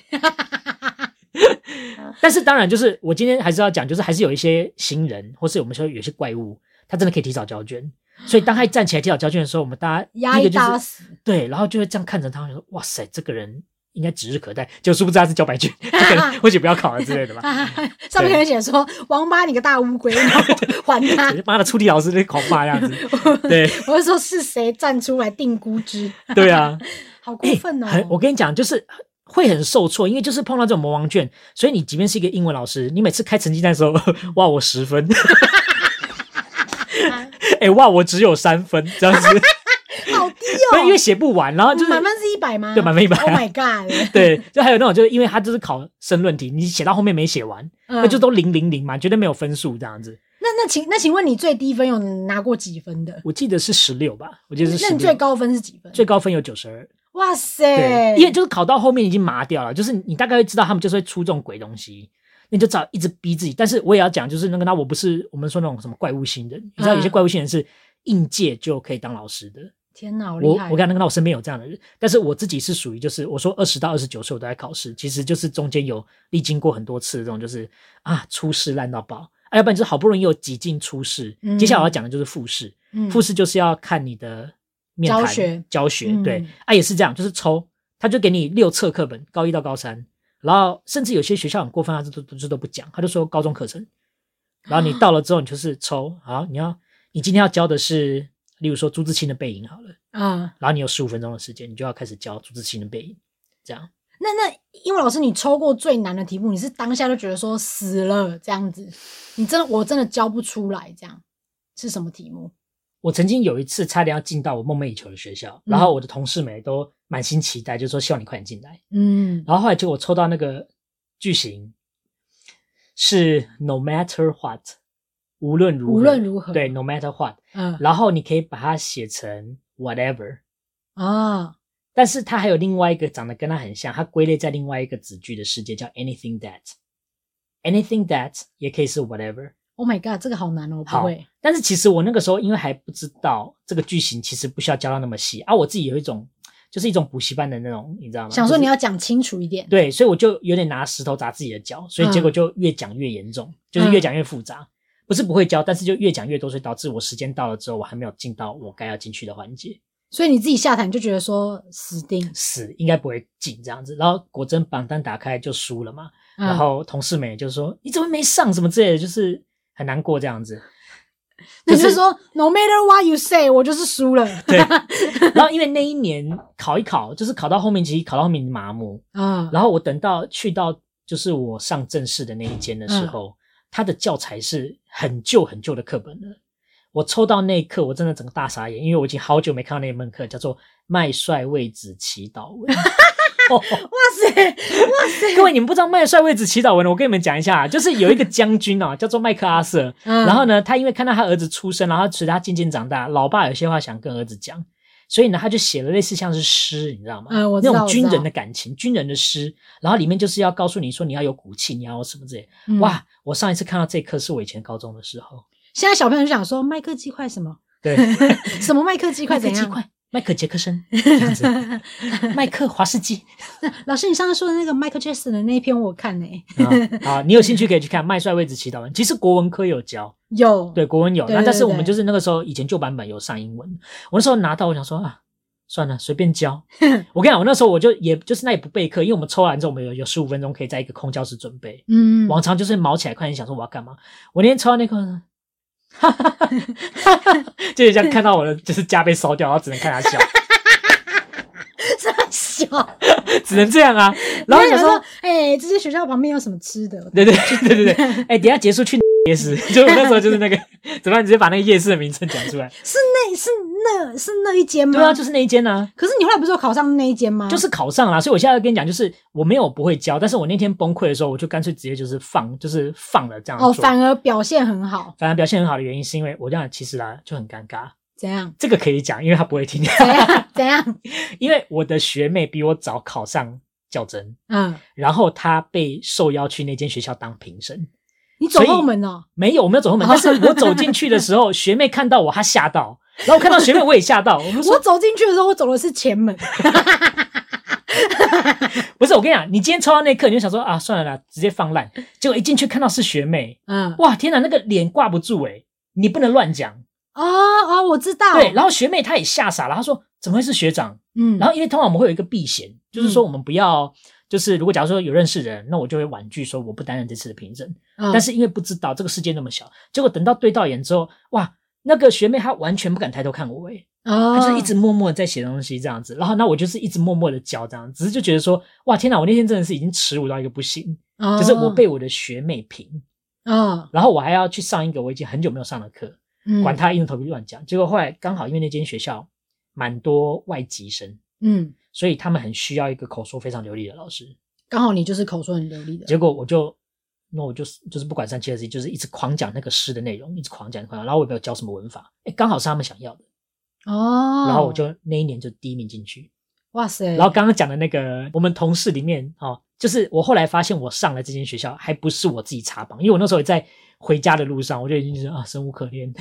但是当然，就是我今天还是要讲，就是还是有一些新人，或是我们说有些怪物，他真的可以提早交卷。所以当他一站起来提早交卷的时候，我们大家
压
第一
力
个就
大到
是
死。
对，然后就会这样看着他，就说：“哇塞，这个人应该指日可待。”就殊不知他是交白卷，他 可能或许不要考了之类的吧。
上面可能写说“王八你个大乌龟”，然后 还他。
妈的，出题老师在狂骂这样子，对
我是说是谁站出来定估值，
对啊。
好过
哎，
分哦！
很，我跟你讲，就是会很受挫，因为就是碰到这种魔王卷，所以你即便是一个英文老师，你每次开成绩单的时候， 哇，我十分，
啊
哎、哇，我只有三分 这样子，
好低
因为因为
哦。
写不完，然后就是
满分是一百吗？
对满分100啊
Oh my god！
对，就还有那种就是因为他就是考申论题，你写到后面没写完，
那
那就都零零零嘛，绝对没有分数这样子。
嗯那那请那请问你最低分有拿过几分的？
我记得是十六吧，我记得是
那
十
你最
六。
高分是几分？
最高分有九十二，
哇
对
塞！，
因为就是考到后面已经麻掉了，就是你大概会知道他们就是会出这种鬼东西，你就只好一直逼自己。但是我也要讲，就是那个，那我不是我们说那种什么怪物新人，你知
嗯
道有些怪物新人是应届就可以当老师的。
天哪，好
我
厉害！哦
我看那个，那我身边有这样的人，但是我自己是属于就是我说二十到二十九岁我都在考试，其实就是中间有历经过很多次这种就是啊初试烂到爆。啊要不然就是好不容易有挤进初试，
嗯
接下来我要讲的就是复试。
嗯
复试就是要看你的面
教
谈
学
教学对、
嗯
啊，也是这样，就是抽，他就给你六册课本，高一到高三，然后甚至有些学校很过分，他都都都都不讲，他就说高中课程，然
啊
后你到了之后，你就是抽，好，你要你今天要教的是，例如说朱自清的背影好了，
啊，
然后你有十五分钟的时间，你就要开始教朱自清的背影，这样。
那那因为老师，你抽过最难的题目，你是当下就觉得说死了这样子，你真的我真的教不出来，这样是什么题目？
我曾经有一次差点要进到我梦寐以求的学校，
嗯
然后我的同事们也都满心期待，就说希望你快点进来。
嗯，
然后后来结果抽到那个句型是 no matter what，无论如何，
无论如何，
对 no matter what，
嗯
然后你可以把它写成 whatever，
啊，
但是它还有另外一个长得跟它很像，它归类在另外一个子句的世界叫 anything that，anything that 也可以是 whatever。
Oh my god，这个好难哦，我不
好
会。
但是其实我那个时候因为还不知道这个句型，其实不需要教到那么细啊。我自己有一种就是一种补习班的那种，你知道吗？
想说
就是
你要讲清楚一点。
对，所以我就有点拿石头砸自己的脚，所以结果就越讲越严重，就是越讲越复杂。不是不会教，但是就越讲越多，所以导致我时间到了之后，我还没有进到我该要进去的环节，
所以你自己下台你就觉得说死定，
死应该不会进这样子。然后果真榜单打开就输了嘛，
嗯
然后同事们也就说你怎么没上什么之类的，就是很难过这样子。
你
就是
就说 no matter what you say，我就是输了
对。然后因为那一年考一考，就是考到后面，其实考到后面麻木。
啊。
然后我等到去到就是我上正式的那一间的时候，他的教材是很旧很旧的课本了。我抽到那一课，我真的整个大傻眼，因为我已经好久没看到那一门课，叫做《麦帅位置祈祷文》。哦
哇塞，哇塞！
各位，你们不知道麦帅位置祈祷文，我跟你们讲一下啊，就是有一个将军啊，叫做麦克阿瑟，
嗯
然后呢，他因为看到他儿子出生，然后随着他渐渐长大，老爸有些话想跟儿子讲，所以呢，他就写了类似像是诗，你知道吗？
嗯我知
那
道
种军
我知
人
道
的感情，军人的诗，然后里面就是要告诉你说你要有骨气，你要什么之类。
嗯，
哇，我上一次看到这一课是我以前高中的时候，
现在小朋友就想说麦克鸡块什么
对，
什么麦克鸡块
麦克
怎
鸡
样？
块，麦克杰克 森这样子，麦克华斯基。
老师，你上次说的那个 Michael Jackson 的那一篇我看呢、
啊，好你有兴趣可以去看《麦帅位置祈祷文》，其实国文科有教，
有
对，国文有，
对
那
对
但是
对
我们
对
就是那个时候以前旧版本有上英文，我那时候拿到我想说啊，算了，随 便教。我跟你讲，我那时候我就也就是那也不备课，因为我们抽完之后我们有有十五分钟可以在一个空教室准备。
嗯，
往常就是毛起来，快点想说我要干嘛。我那天抽到那课，哈哈哈哈哈哈， 就像看到我的就是家被烧掉，然后只能看他笑，
这么小，
只能这样啊。然后
你想
想说
说，，哎、这些学校旁边有什么吃的？
对 对对对对，哎、等一下结束去夜市， 就我那时候就是那个，怎么样？你直接把那个夜市的名称讲出来？
是那是那是那一间吗？
对啊，就是那一间啊，
可是你后来不是有考上那一间吗？
就是考上了。所以我现在跟你讲，就是我没有不会教，但是我那天崩溃的时候，我就干脆直接就是放，就是放了这样做。
哦，反而表现很好，
反而表现很好的原因是因为我这样其实啦就很尴尬，
怎样？
这个可以讲，因为他不会听，
怎 样？怎样？
因为我的学妹比我早考上教甄，
嗯，
然后她被受邀去那间学校当评审。
你走后门哦，
没有，我没有走后门，但是我走进去的时候，学妹看到我，她吓到，然后我看到学妹我也吓到，我就说
我走进去的时候，我走的是前门，
不是，我跟你讲，你今天抽到那一刻，你就想说啊，算了啦，直接放烂。结果一进去看到是学妹，
嗯，
哇，天哪，那个脸挂不住诶、你不能乱讲。
哦哦，我知道，
对，然后学妹她也吓傻了，她说怎么会是学长？
嗯，
然后因为通常我们会有一个避嫌，就是说我们不要，就是如果假如说有认识人，那我就会婉拒说我不担任这次的评审。
嗯
但是因为不知道这个世界那么小，结果等到对到眼之后，哇，那个学妹她完全不敢抬头看我诶、
哦，
他就是一直默默地在写东西这样子，然后那我就是一直默默的教这样，只是就觉得说，哇天哪，我那天真的是已经耻辱到一个不行，
哦，
就是我被我的学妹评，
哦，
然后我还要去上一个我已经很久没有上的课，
嗯
管，他硬着头皮乱讲。结果后来刚好因为那间学校蛮多外籍生，
嗯，
所以他们很需要一个口说非常流利的老师。
刚好你就是口说很流利的，
结果我就，那我就是就是不管三七二十一，就是一直狂讲那个诗的内容，一直狂讲狂讲，然后我也没有教什么文法，哎，刚好是他们想要的，
哦，
然后我就那一年就第一名进去。
哇塞，
然后刚刚讲的那个，我们同事里面哦，就是我后来发现我上了这间学校，还不是我自己查榜，因为我那时候也在回家的路上，我就已经是啊生无可 恋。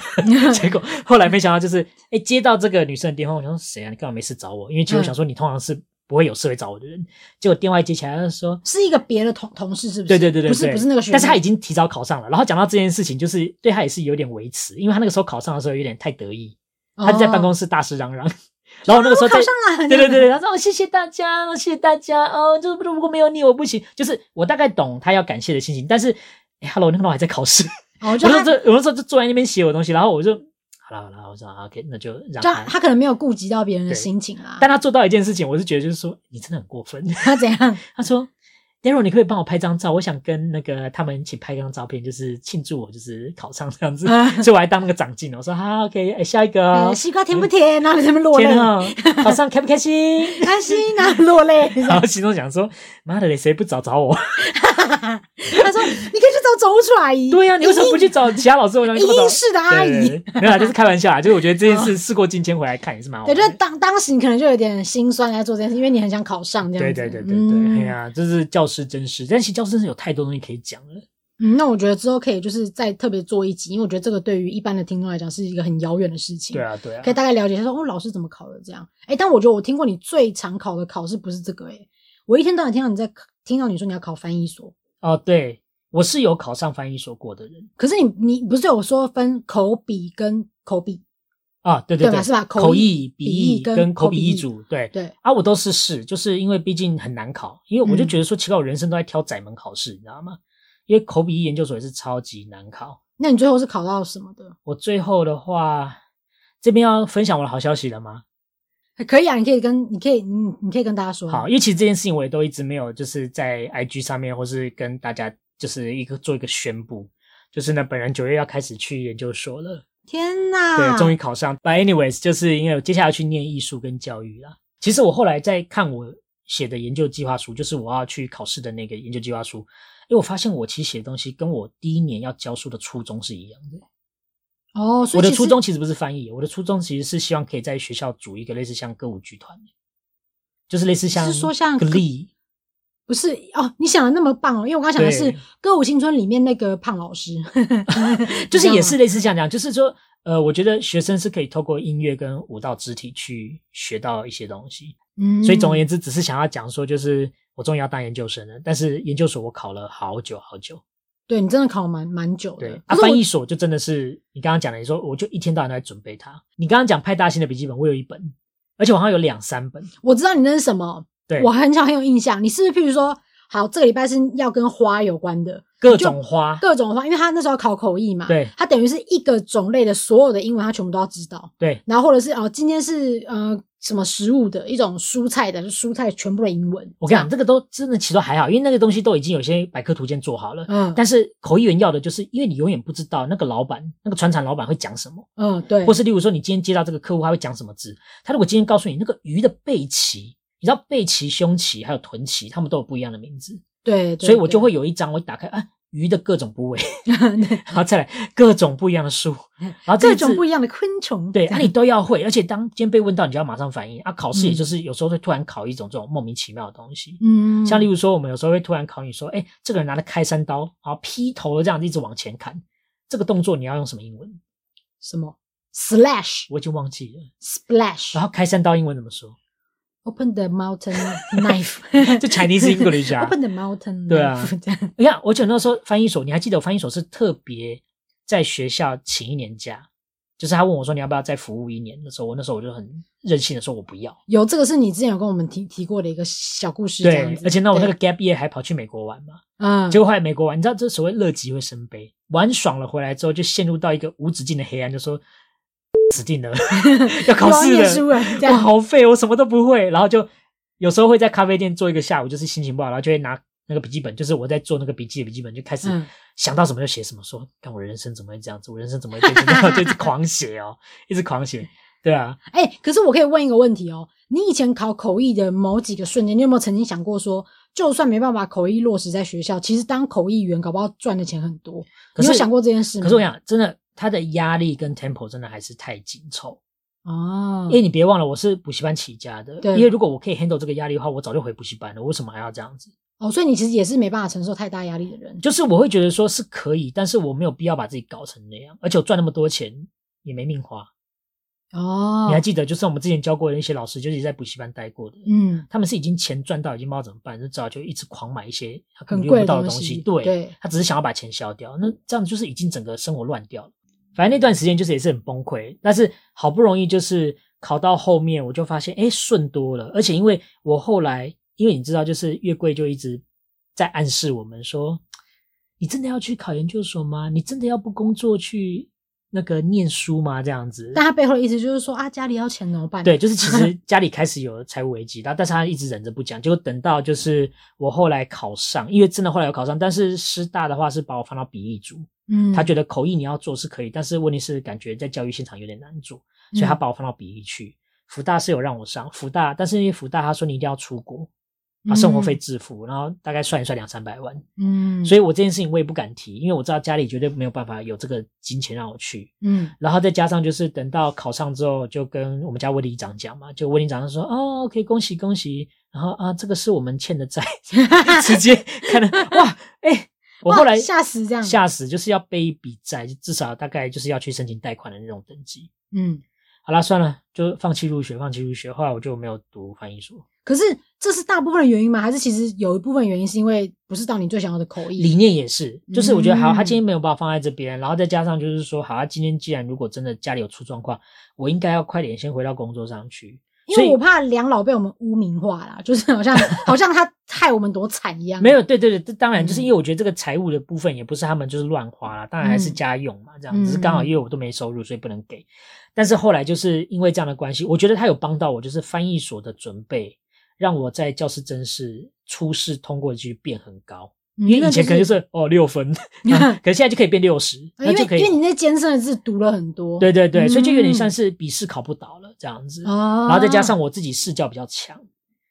结果后来没想到就是，哎，接到这个女生的电话，我想说谁啊？你干嘛没事找我？因为
嗯
其实我想说你通常是不会有事会找我的人。结果电话一接起来，她就说。
是一个别的同同事，是不是？
对对对对，
不是
对
不是那个学妹，
但是她已经提早考上了。然后讲到这件事情，就是对她也是有点维持，因为她那个时候考上的时候有点太得意，
哦
她就在办公
室
室大声嚷嚷。哦 然后那个时候在
考上了，
对对对，对，他说哦，谢谢大家，哦谢谢大家，哦，就是如果没有你我不行，就是我大概懂他要感谢的心情，但是、哎 h e l l o 那个时候还在考试，
哦，我
我
就
说
他
这，我那时候就坐在那边写我东西，然后我就好了好了，我说啊 OK，那就让
就他
他。
他可能没有顾及到别人的
对
心情啦，
但他做到一件事情，我是觉得就是说你真的很过分。
他怎样？
他说 Daryl，你可不可以帮我拍张照？我想跟那个他们一起拍张照片，就是庆祝我就是考上这样子，
啊
所以我还当那个长进。我说好、啊、OK，哎、下一个哦
呃，，西瓜甜不甜？然后他们落泪
天，啊，考上开不开心？
开心，然后落泪。
然后心中想说，妈的嘞，谁不找找 我？
他说：“你可以去找总务处阿姨。”
对呀、啊你为什么不去找其他老师？我想
影音室的阿
对
姨
对。对没有啦，啊就是开玩笑啦。就是我觉得这件事事过境迁回来看也是蛮好
哦
哎
对，
玩
就是
的。
当当时你可能就有点心酸在做这件事，因为你很想考上这样
对
子。
对对对对，哎
嗯
呀，这是教师真实，但其实教师真实有太多东西可以讲了。
嗯，那我觉得之后可以就是再特别做一集，因为我觉得这个对于一般的听众来讲是一个很遥远的事情。
对，啊，对啊
可，以大概了解一下说哦，老师怎么考的这样。哎，但我觉得我听过你最常考的考试不是这个哎、我一天到晚听到你在听到你说你要考翻译所，
哦，对，我是有考上翻译所过的人
可是你你不是有说分口笔跟口笔？
啊，对
对
对，
吧是吧口
口
译
译、
笔
笔译
译跟
跟口
口
笔
笔
译
译
组，对
对，
啊，我都是试，就是因为毕竟很难考，因为我就
嗯
觉得说，奇怪，我人生都在挑窄门考试，你知道吗？因为口笔译研究所也是超级难考，
那你最后是考到什么的？
我最后的话，这边要分享我的好消息了吗？
还可以啊，你可以跟你可以嗯你你可以跟大家说。
好，因为其实这件事情我也都一直没有，就是在 IG 上面或是跟大家就是一个做一个宣布，就是呢，本人九月要开始去研究所了，
天哪！
对，终于考上。But anyways，就是因为我接下来去念艺术跟教育啦。其实我后来在看我写的研究计划书，就是我要去考试的那个研究计划书，因为我发现我其实写的东西跟我第一年要教书的初衷是一样的。
哦，所
我
以
的
其
初
实
衷其实不是翻译，我的初衷其实是希望可以在学校组一个类似像歌舞剧团，就是类似像
是说像
Glee，
不是哦，你想的那么棒哦，因为我刚想的是
对
《歌舞青春》里面那个胖老 师，
就是也
你知道吗
是类似像这样，就是说呃，我觉得学生是可以透过音乐跟舞蹈肢体去学到一些东西。
嗯，
所以总而言之，只是想要讲说，就是我终于要当研究生了，但是研究所我考了好久好久。
对你真的考了蛮蛮久的。
对，
可
啊，
是我
翻译所就真的是你刚刚讲的，你说我就一天到晚都在准备它。你刚刚讲派大星的笔记本，我有一本，而且我好像有两三本。
我知道你那是什么，
对，
我很小很有印象。你是不是譬如说，好，这个礼拜是要跟花有关的
各种花，
各种花，因为他那时候考口译嘛，
对
他等于是一个种类的所有的英文，他全部都要知道。
对
然后或者是哦，今天是呃什么食物的一种蔬菜的，就蔬菜全部的英文。
我跟你
这
讲，这个都真的其实都还好，因为那个东西都已经有些百科图鉴做好了。
样，嗯
但是口译员要的就是，因为你永远不知道那个老板、那个船厂老板会讲什么，
嗯，对，
或是例如说你今天接到这个客户他会讲什么字，他如果今天告诉你那个鱼的背鳍，你知道背鳍、胸鳍还有臀鳍，他们都有不一样的名字，
对，对
所以我就
对
会有一张我一打开啊，鱼的各种部位， 然后再来各种不一样 的树，然后
各
这些
种
字
不一样的昆虫。
对，
这
那、
样
你都要会，而且当今天被问到，你就要马上反应啊。考试
嗯
也就是有时候会突然考一种这种莫名其妙的东西，
嗯，
像例如说，我们有时候会突然考你说，哎，这个人拿着开山刀，然后劈头的这样子一直往前砍，这个动作你要用什么英文？
什么 slash
我已经忘记了。然
splash
后开山刀英文怎么说？
open the mountain knife，
就 Chinese English 啊
open the mountain，
对啊
knife，这样
你看，我记得那时候翻译所，你还记得我翻译所是特别在学校请一年假，就是他问我说你要不要再服务一年的时候，我那时候我就很任性的说我不要。
有这个是你之前有跟我们提提过的一个小故事，这样
对
子，
而且那我那个
对
gap year 还跑去美国玩嘛，
嗯，
结果后来美国玩，你知道这所谓乐极会生悲，玩爽了回来之后就陷入到一个无止境的黑暗，就说死定 了，要考
又要啊念
试
书
了，
了，这
我
样
好废，我什么都不会。然后就有时候会在咖啡店坐一个下午，就是心情不好，然后就会拿那个笔记本，就是我在做那个笔记的笔记本，就开始
嗯
想到什么就写什么，说看我人生怎么会这样子，我人生怎么会变成这样， 就一直狂写哦，一直狂写。对啊，
哎、可是我可以问一个问题哦，你以前考口译的某几个瞬间，你有没有曾经想过说，就算没办法口译落实在学校，其实当口译员搞不好赚的钱很多，
可
你有
是
想过这件事吗？
可是我想，真的，他的压力跟 tempo 真的还是太紧凑。
哦
因，为你别忘了，我是补习班起家的。
对
因为如果我可以 handle 这个压力的话，我早就回补习班了。我为什么还要这样子？
哦，所以你其实也是没办法承受太大压力的人，
就是我会觉得说是可以，但是我没有必要把自己搞成那样。而且我赚那么多钱也没命花。
哦，
你还记得，就是我们之前教过的一些老师，就是在补习班待过的，
嗯，
他们是已经钱赚到已经不知道怎么办，就只好就一直狂买一些他根
很
本用
贵的
不到的
东
东西。
西
对，
对
他只是想要把钱消掉，那这样就是已经整个生活乱掉了。反正那段时间就是也是很崩溃，但是好不容易就是考到后面，我就发现哎顺多了，而且因为我后来，因为你知道，就是月桂就一直在暗示我们说，你真的要去考研究所吗？你真的要不工作去那个念书吗？这样子，
但他背后的意思就是说啊，家里要钱怎么办？
对，，就是其实家里开始有财务危机，然后但是他一直忍着不讲，结果等到就是我后来考上，因为真的后来有考上，但是师大的话是把我放到笔译组，
嗯，
他觉得口译你要做是可以，但是问题是感觉在教育现场有点难做，
嗯
所以他把我放到笔译去。福大是有让我上福大，但是因为福大他说你一定要出国，把生活费自付，然后大概算一算两三百万，
嗯嗯，嗯，
所以
以
我这件事情我也不敢提，因为我知道家里绝对没有办法有这个金钱让我去。
嗯，
然后再加上就是等到考上之后，就跟我们家温理长讲嘛，就温理长就说哦，OK，恭喜恭喜，然后啊，这个是我们欠的债， 直接看了哇，哎、我
哇
后来
吓死这样
吓死，就是要背一笔债，至少大概就是要去申请贷款的那种等级。
嗯，
好啦，算了，就放弃入学，放弃入学。后来我就没有读翻译所，
可是这是大部分的原因吗？还是其实有一部分原因是因为不是到你最想要的口译？
理念也是，就是我觉得好，他
嗯
今天没有把我放在这边，然后再加上就是说，好，他今天既然如果真的家里有出状况，我应该要快点先回到工作上去。
因
所以
为我怕梁老被我们污名化啦，就是 好像好像他害我们多惨一样。
没有，对对对，这当然就是
嗯
因为我觉得这个财务的部分也不是他们就是乱花啦，当然还是家用嘛，这样
嗯
只是刚好因为我都没收入，所以不能给。但是后来就是因为这样的关系，我觉得他有帮到我，就是翻译所的准备，让我在教师真试初试通过率变很高，
嗯，
因为以
就呃
前可能就是哦 六分，啊可是现在就可以变六十，
哦因为
那就可以
因为。你那艰深的字读了很多，
对对对，所以就有点
嗯
像是笔试考不倒了这样子。
啊，
然后再加上我自己视教比较强，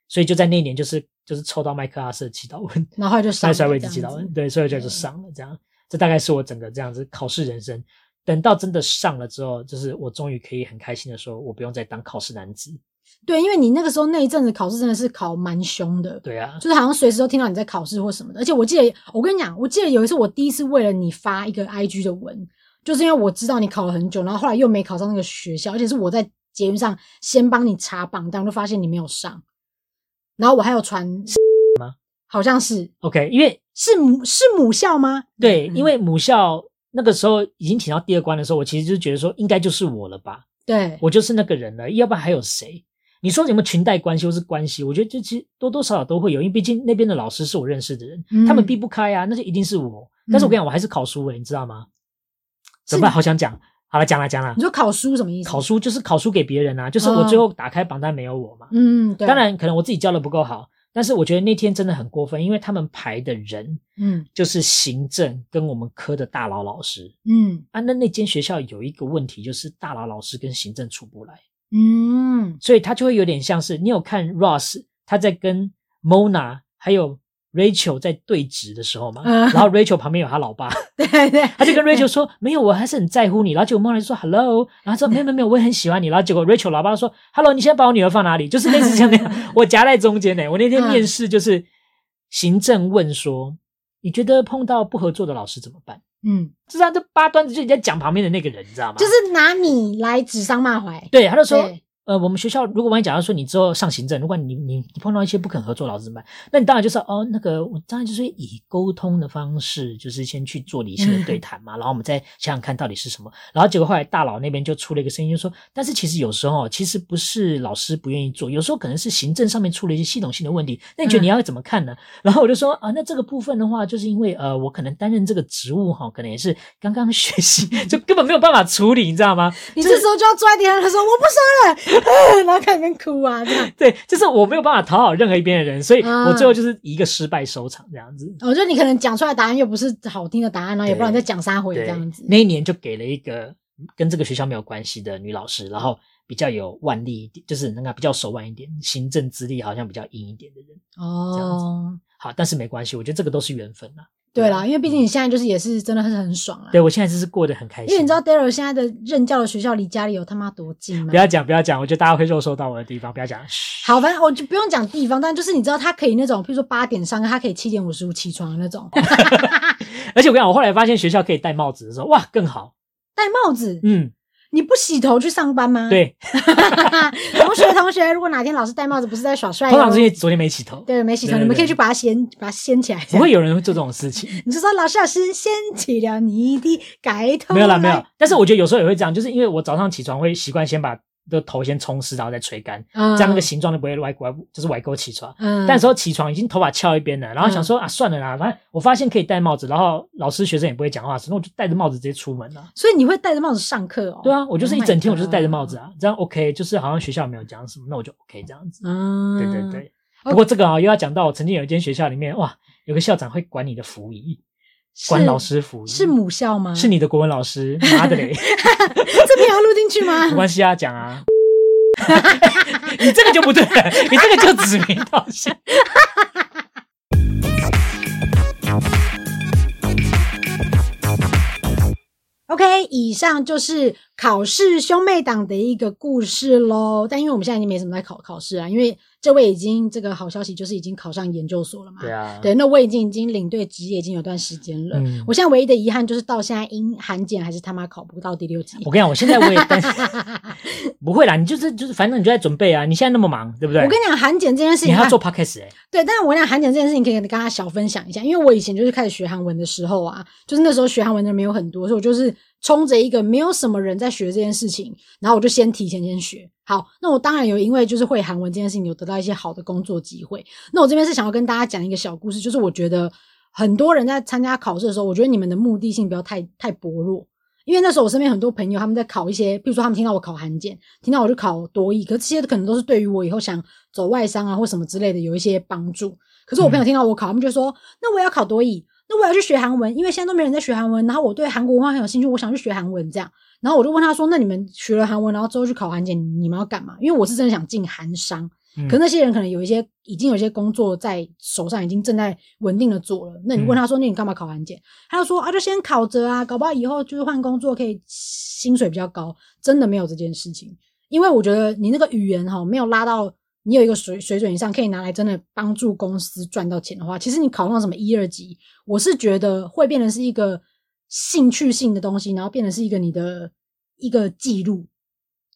所以就在那一年就是就是抽到麦克阿瑟祈祷文，
然后后来就上
塞
了
塞维
这
茨
样
祈祷文，
子
对，所以就就上了这样。这大概是我整个这样子考试人生。等到真的上了之后，就是我终于可以很开心的说，我不用再当考试男子。
对，因为你那个时候那一阵子考试真的是考蛮凶的，
对啊，
就是好像随时都听到你在考试或什么的。而且我记得，我跟你讲，我记得有一次我第一次为了你发一个 IG 的文，就是因为我知道你考了很久，然后后来又没考上那个学校，而且是我在捷运上先帮你查榜单，就发现你没有上，然后我还有传吗？好像是
OK，因为
是母是母校吗？
对，
嗯
因为母校那个时候已经挺到第二关的时候，我其实就觉得说，应该就是我了吧，
对，
我就是那个人了，要不然还有谁？你说有没有裙带关系或是关系？我觉得这其实多多少少都会有，因为毕竟那边的老师是我认识的人，
嗯
他们避不开啊，那就一定是我。但是我
嗯
跟你讲，我还是考书文，你知道吗？
是
怎么办？好想讲，好了，讲了讲了
你。说考书什么意思？
考书就是考书给别人啊，就是我
嗯
最后打开榜单没有我嘛。
嗯，对，
当，然，可能我自己教的不够好，但是我觉得那天真的很过分，因为他们排的人
嗯
就是行政跟我们科的大佬老师
嗯
啊。那那间学校有一个问题，就是大佬老师跟行政出不来。
嗯，
所以他就会有点像是你有看 Ross 他在跟 Mona 还有 Rachel 在对峙的时候嘛，
嗯
然后 Rachel 旁边有他老爸，
对对，
他就跟 Rachel 说没有，我还是很在乎你。然后结果 Mona 就说 Hello，然后说没有没有没有，我也很喜欢你。然后结果 Rachel 老爸说 Hello，你现在把我女儿放哪里？就是类似像那样，我夹在 中间呢、我那天面试就是行政问说，你觉得碰到不合作的老师怎么办？
嗯，
就是啊他这八端子就你在讲旁边的那个人，你知道吗？
就是拿你来指桑骂槐，
对，他就说
对，
呃，我们学校如果万一假如说你之后上行政，如果你你你碰到一些不肯合作的老师怎么办？那你当然就是哦，那个我当然就是以沟通的方式，就是先去做理性的对谈嘛，然后我们再想想看到底是什么。然后结果后来大佬那边就出了一个声音，就说，但是其实有时候哦其实不是老师不愿意做，有时候可能是行政上面出了一些系统性的问题。那你觉得你要怎么看呢？然后我就说啊，那这个部分的话，就是因为呃，我可能担任这个职务哈，可能也是刚刚 学习，就根本没有办法处理，你知道吗？
你这时候就要坐在地上，他说我不收了，呃然后看里面哭啊，这样。
对，就是我没有办法讨好任何一边的人，所以
啊
我最后就是以一个失败收场这样子。
我觉得哦你可能讲出来的答案又不是好听的答案，然后也不知道你在讲啥回这
对
样子，。
那一年就给了一个跟这个学校没有关系的女老师，然后比较有腕力一点，就是那个比较手腕一点，行政资历好像比较硬一点的人。这样
哦，
好，但是没关系，我觉得这个都是缘分啦。
对啦，因为毕竟你
嗯
现在就是也是真的是很爽啊。
对我现在就是过得很开心。
因为你知道 d a r r y 现在的任教的学校离家里有他妈多近吗
不？要讲，不要讲，我觉得大家会肉收到我的地方，不要讲。嘘
好，反正我就不用讲地方，但就是你知道他可以那种，譬如说八点上课，他可以七点五十五起床的那 种，
而且我跟你讲，我后来发现学校可以戴帽子的时候，哇，更好。
戴帽子，
嗯，
你不洗头去上班吗？，
对，
同学同学，如果哪天老师戴帽子不是在耍帅
通常
哦
是，因为昨天没起头，
对，没洗头，
对对
你们可以
对
去把它掀，把它掀起来。
不会有人会做这种事情。
你就说老师老师掀起了你的盖头，
没有啦，没有。但是我觉得
嗯
有时候也会这样，就是因为我早上起床会习惯先把的头先冲湿，然后再吹干，
嗯，
这样那个形状就不会歪歪，就是歪勾起床。
嗯，
但有时候起床已经头发翘一边了，然后想说、啊，算了啦，反正我发现可以戴帽子，然后老师学生也不会讲话，所以我就戴着帽子直接出门了。
所以你会戴着帽子上课哦？
对啊，我就是
Oh
一
my
整天我就是戴着帽子
God
啊，这样 OK，就是好像学校没有讲什么，那我就 OK 这样子。
嗯，
对对对。不过这个啊，又要讲到我曾经有一间学校里面，哇，有个校长会管你的服仪，
是，
管老师服仪，
是母校吗？
是你的国文老师，妈的嘞！
这边要录进去 吗？
没关系啊，讲啊。你这个就不对了，你这个就指名道姓。
OK，以上就是考试兄妹档的一个故事喽。但因为我们现在已经没什么在考考试啊，因为这位已经这个好消息就是已经考上研究所了嘛。
对啊，
对，那我已经已经领队职业已经有段时间了。
嗯
我现在唯一的遗憾就是到现在因韩检还是他妈考不到第六级。
我跟你讲，我现在我也 担心，不会啦，你就是就是，反正你就在准备啊，你现在那么忙，对不对？
我跟你讲，韩检这件事
你
情
还
啊，
要做 podcast 哎、
对，但是我跟你讲韩检这件事情可以跟大家小分享一下，因为我以前就是开始学韩文的时候啊，就是那时候学韩文的人没有很多，所以我就是冲着一个没有什么人在学这件事情，然后我就先提前先学。好，那我当然有因为就是会韩文这件事情有得到一些好的工作机会。那我这边是想要跟大家讲一个小故事，就是我觉得很多人在参加考试的时候，我觉得你们的目的性不要太太薄弱。因为那时候我身边很多朋友他们在考一些，比如说他们听到我考韩检，听到我就考多译，可是这些可能都是对于我以后想走外商啊或什么之类的有一些帮助。可是我朋友听到我考，他们就说：“那我也要考多译，那我要去学韩文，因为现在都没人在学韩文。然后我对韩国文化很有兴趣，我想去学韩文这样。”然后我就问他说：“那你们学了韩文，然后之后去考韩检，你们要干嘛？”因为我是真的想进韩商，
嗯
可那些人可能有一些已经有一些工作在手上，已经正在稳定的做了。那你问他说：“那你干嘛考韩检？”他就说：“啊，就先考着啊，搞不好以后就是换工作可以薪水比较高。”真的没有这件事情，因为我觉得你那个语言哈没有拉到你有一个水水准以上，可以拿来真的帮助公司赚到钱的话，其实你考上什么一二级，我是觉得会变成是一个兴趣性的东西，然后变成是一个你的一个记录，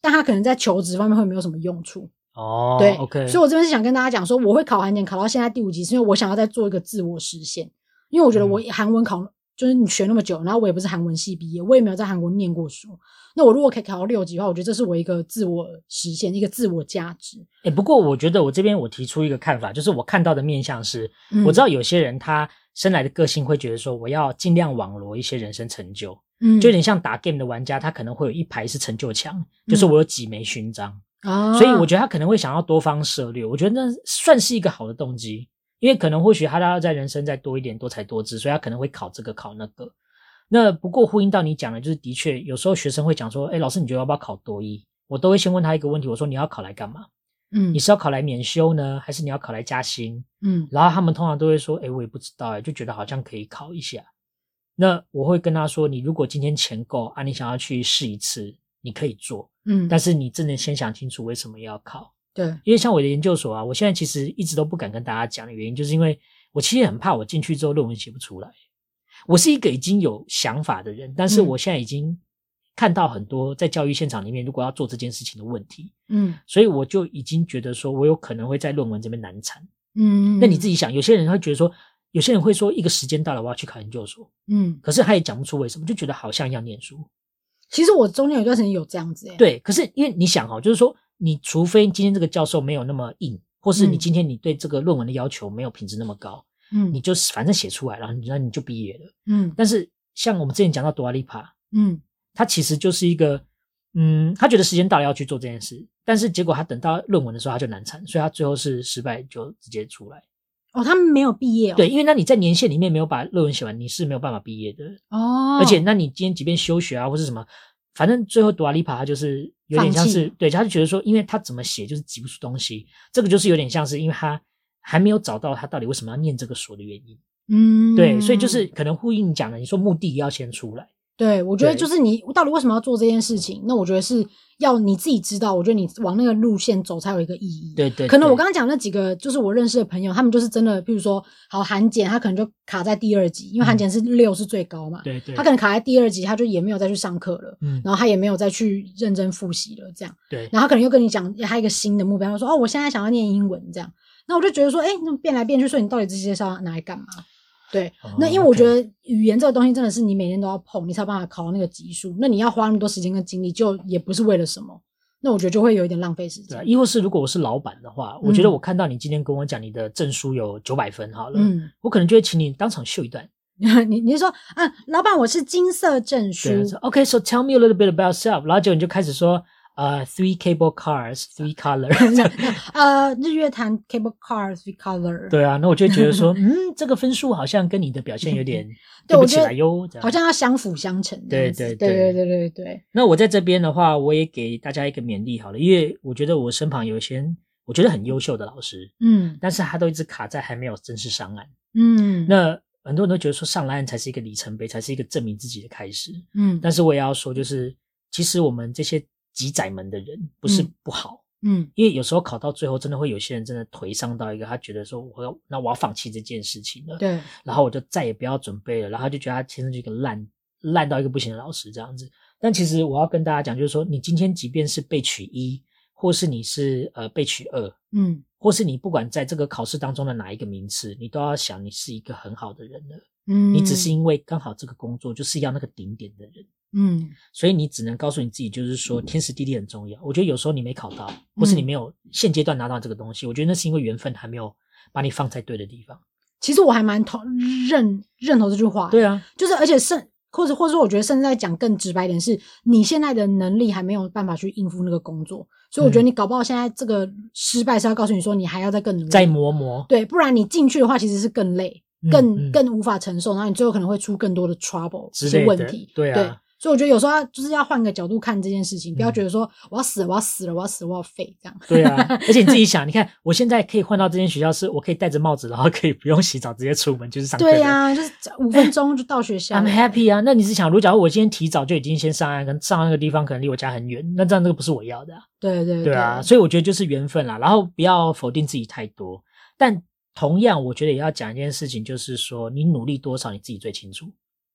但它可能在求职方面会没有什么用处。
哦，
对
，OK，
所以我这边是想跟大家讲说，我会考韩检考到现在第五级，是因为我想要再做一个自我实现，因为我觉得我
嗯
韩文考、就是你学那么久，然后我也不是韩文系毕业，我也没有在韩国念过书，那我如果可以考到六级的话，我觉得这是我一个自我实现，一个自我价值。
哎、不过我觉得我这边我提出一个看法，就是我看到的面向是，
嗯
我知道有些人他生来的个性会觉得说，我要尽量网罗一些人生成就，
嗯
就有点像打 game 的玩家，他可能会有一排是成就墙，
嗯
就是我有几枚勋章，
啊
所以我觉得他可能会想要多方涉略，我觉得那算是一个好的动机，因为可能或许他要在人生再多一点多才多姿，所以他可能会考这个考那个。那不过呼应到你讲的，就是的确有时候学生会讲说，哎，老师你觉得要不要考多一？我都会先问他一个问题，我说你要考来干嘛？
嗯
你是要考来免修呢，还是你要考来加薪？
嗯
然后他们通常都会说：“哎，我也不知道，哎，就觉得好像可以考一下。”那我会跟他说：“你如果今天钱够啊，你想要去试一次，你可以做，
嗯，
但是你真的先想清楚为什么要考。
对，
因为像我的研究所啊，我现在其实一直都不敢跟大家讲的原因，就是因为我其实很怕我进去之后论文写不出来。我是一个已经有想法的人，但是
嗯
我现在已经看到很多在教育现场里面，如果要做这件事情的问题，
嗯
所以我就已经觉得说我有可能会在论文这边难产。
嗯，
那你自
己
己想，有些人会觉得说，有些人会说一个时间到了我要去考研究所，
嗯，
可是他也讲不出为什么，就觉得好像要念书。
其实我中间有一段时间有这样子、欸，，
对，可是因为你想哦，就是说，你除非今天这个教授没有那么硬，或是你
嗯
今天你对这个论文的要求没有品质那么高，
嗯
你就是反正写出来，然后你然后你就毕业了。
嗯
但是像我们之前讲到多阿利帕，
嗯
他其实就是一个。嗯，他觉得时间到了要去做这件事，但是结果他等到论文的时候他就难产，所以他最后是失败就直接出来。
哦，他们没有毕业哦，
对，因为那你在年限里面没有把论文写完，你是没有办法毕业的。
哦，
而且，那你今天即便休学啊，或是什么，反正最后杜阿丽帕他就是有点像
放
是对，他就觉得说，因为他怎么写就是挤不出东西，这个就是有点像是因为他还没有找到他到底为什么要念这个所的原因。
嗯，
对，所以就是可能呼应你讲的，你说目的要先出来。
对，我觉得就
对
是你到底为什么要做这件事情？那我觉得是要你自己知道，我觉得你往那个路线走才有一个意义。
对对，
可能我
对
刚刚讲那几个，就是我认识的朋友，他们就是真的，譬如说，好韩检，他可能就卡在第二级，因为韩检是六是最高嘛，
嗯对对，
他可能卡在第二级，他就也没有再去上课了，
嗯
然后他也没有再去认真复习了，这样。
对
然后他可能又跟你讲他一个新的目标，他说哦，我现在想要念英文这样。那我就觉得说，哎，那变来变去，说你到底这些是要拿来干嘛？对，那
哦
因为我
，OK
觉得语言这个东西真的是你每天都要碰，你才有办法考到那个级数。那你要花那么多时间跟精力，就也不是为了什么。那我觉得就会有一点浪费时
对
间
啊，。亦或是如果我是老板的话，我觉得
嗯
我看到你今天跟我讲你的证书有九百分好了，
嗯，
我可能就会请你当场秀一段。
你你是说啊，老板，我是金色证书
对说，OK, so tell me a little bit about yourself。然后结果你就开始说，呃、t h r e e cable cars, three color。
呃，日月潭 cable car three color。
对啊，那我就觉得说， 嗯，这个分数好像跟你的表现有点
对
不
我
起
觉得
来哟。这样
好像要相辅相成这样子。
对对
对对
对
对对对，
那我在这边的话，我也给大家一个勉励好了，因为我觉得我身旁有一些我觉得很优秀的老师，
嗯
但是他都一直卡在还没有正式上岸。
嗯，
那很多人都觉得说上了岸才是一个里程碑，才是一个证明自己的开始。
嗯
但是我也要说，就是其实我们这些鸡仔们的人不是
嗯
不好，
嗯
因为有时候考到最后，真的会有些人真的颓丧到一个，他觉得说我要那我要放弃这件事情了，
对，
然后我就再也不要准备了，然后他就觉得他天生就一个烂烂到一个不行的老师这样子。但其实我要跟大家讲，就是说你今天即便是被取一，或是你是呃被取二，
嗯
或是你不管在这个考试当中的哪一个名次，你都要想你是一个很好的人了，
嗯，
你只是因为刚好这个工作就是要那个顶点的人。
嗯，
所以你只能告诉你自己，就是说天时地利很重要。我觉得有时候你没考到，
嗯
或是你没有现阶段拿到这个东西，我觉得那是因为缘分还没有把你放在对的地方。
其实我还蛮同认认同这句话，，
对啊，
就是而且甚或者或者说，我觉得甚至在讲更直白一点是，你现在的能力还没有办法去应付那个工作，所以我觉得
嗯
你搞不好现在这个失败是要告诉你说，你还要再更努力，
再磨磨，
对，不然你进去的话其实是更累，
嗯
更、
嗯
更无法承受，然后你最后可能会出更多的 trouble
之
是
类
问
的
题，
对啊
所以我觉得有时候要就是要换个角度看这件事情，不要
嗯
觉得说我要死了，我要死了，我要死了，我要废这样。
对啊， 而且你自己想，你看我现在可以换到这间学校，是我可以戴着帽子，然后可以不用洗澡直接出门，就是上课的。
对啊呀、就是五分钟就到学校了。
I'm happy 啊，那你是想，如果假如我今天提早就已经先上岸，可能上岸那个地方可能离我家很远，那这样这个不是我要的、啊，
对对
对啊，所以我觉得就是缘分啦，然后不要否定自己太多，但同样我觉得也要讲一件事情，就是说你努力多少你自己最清楚，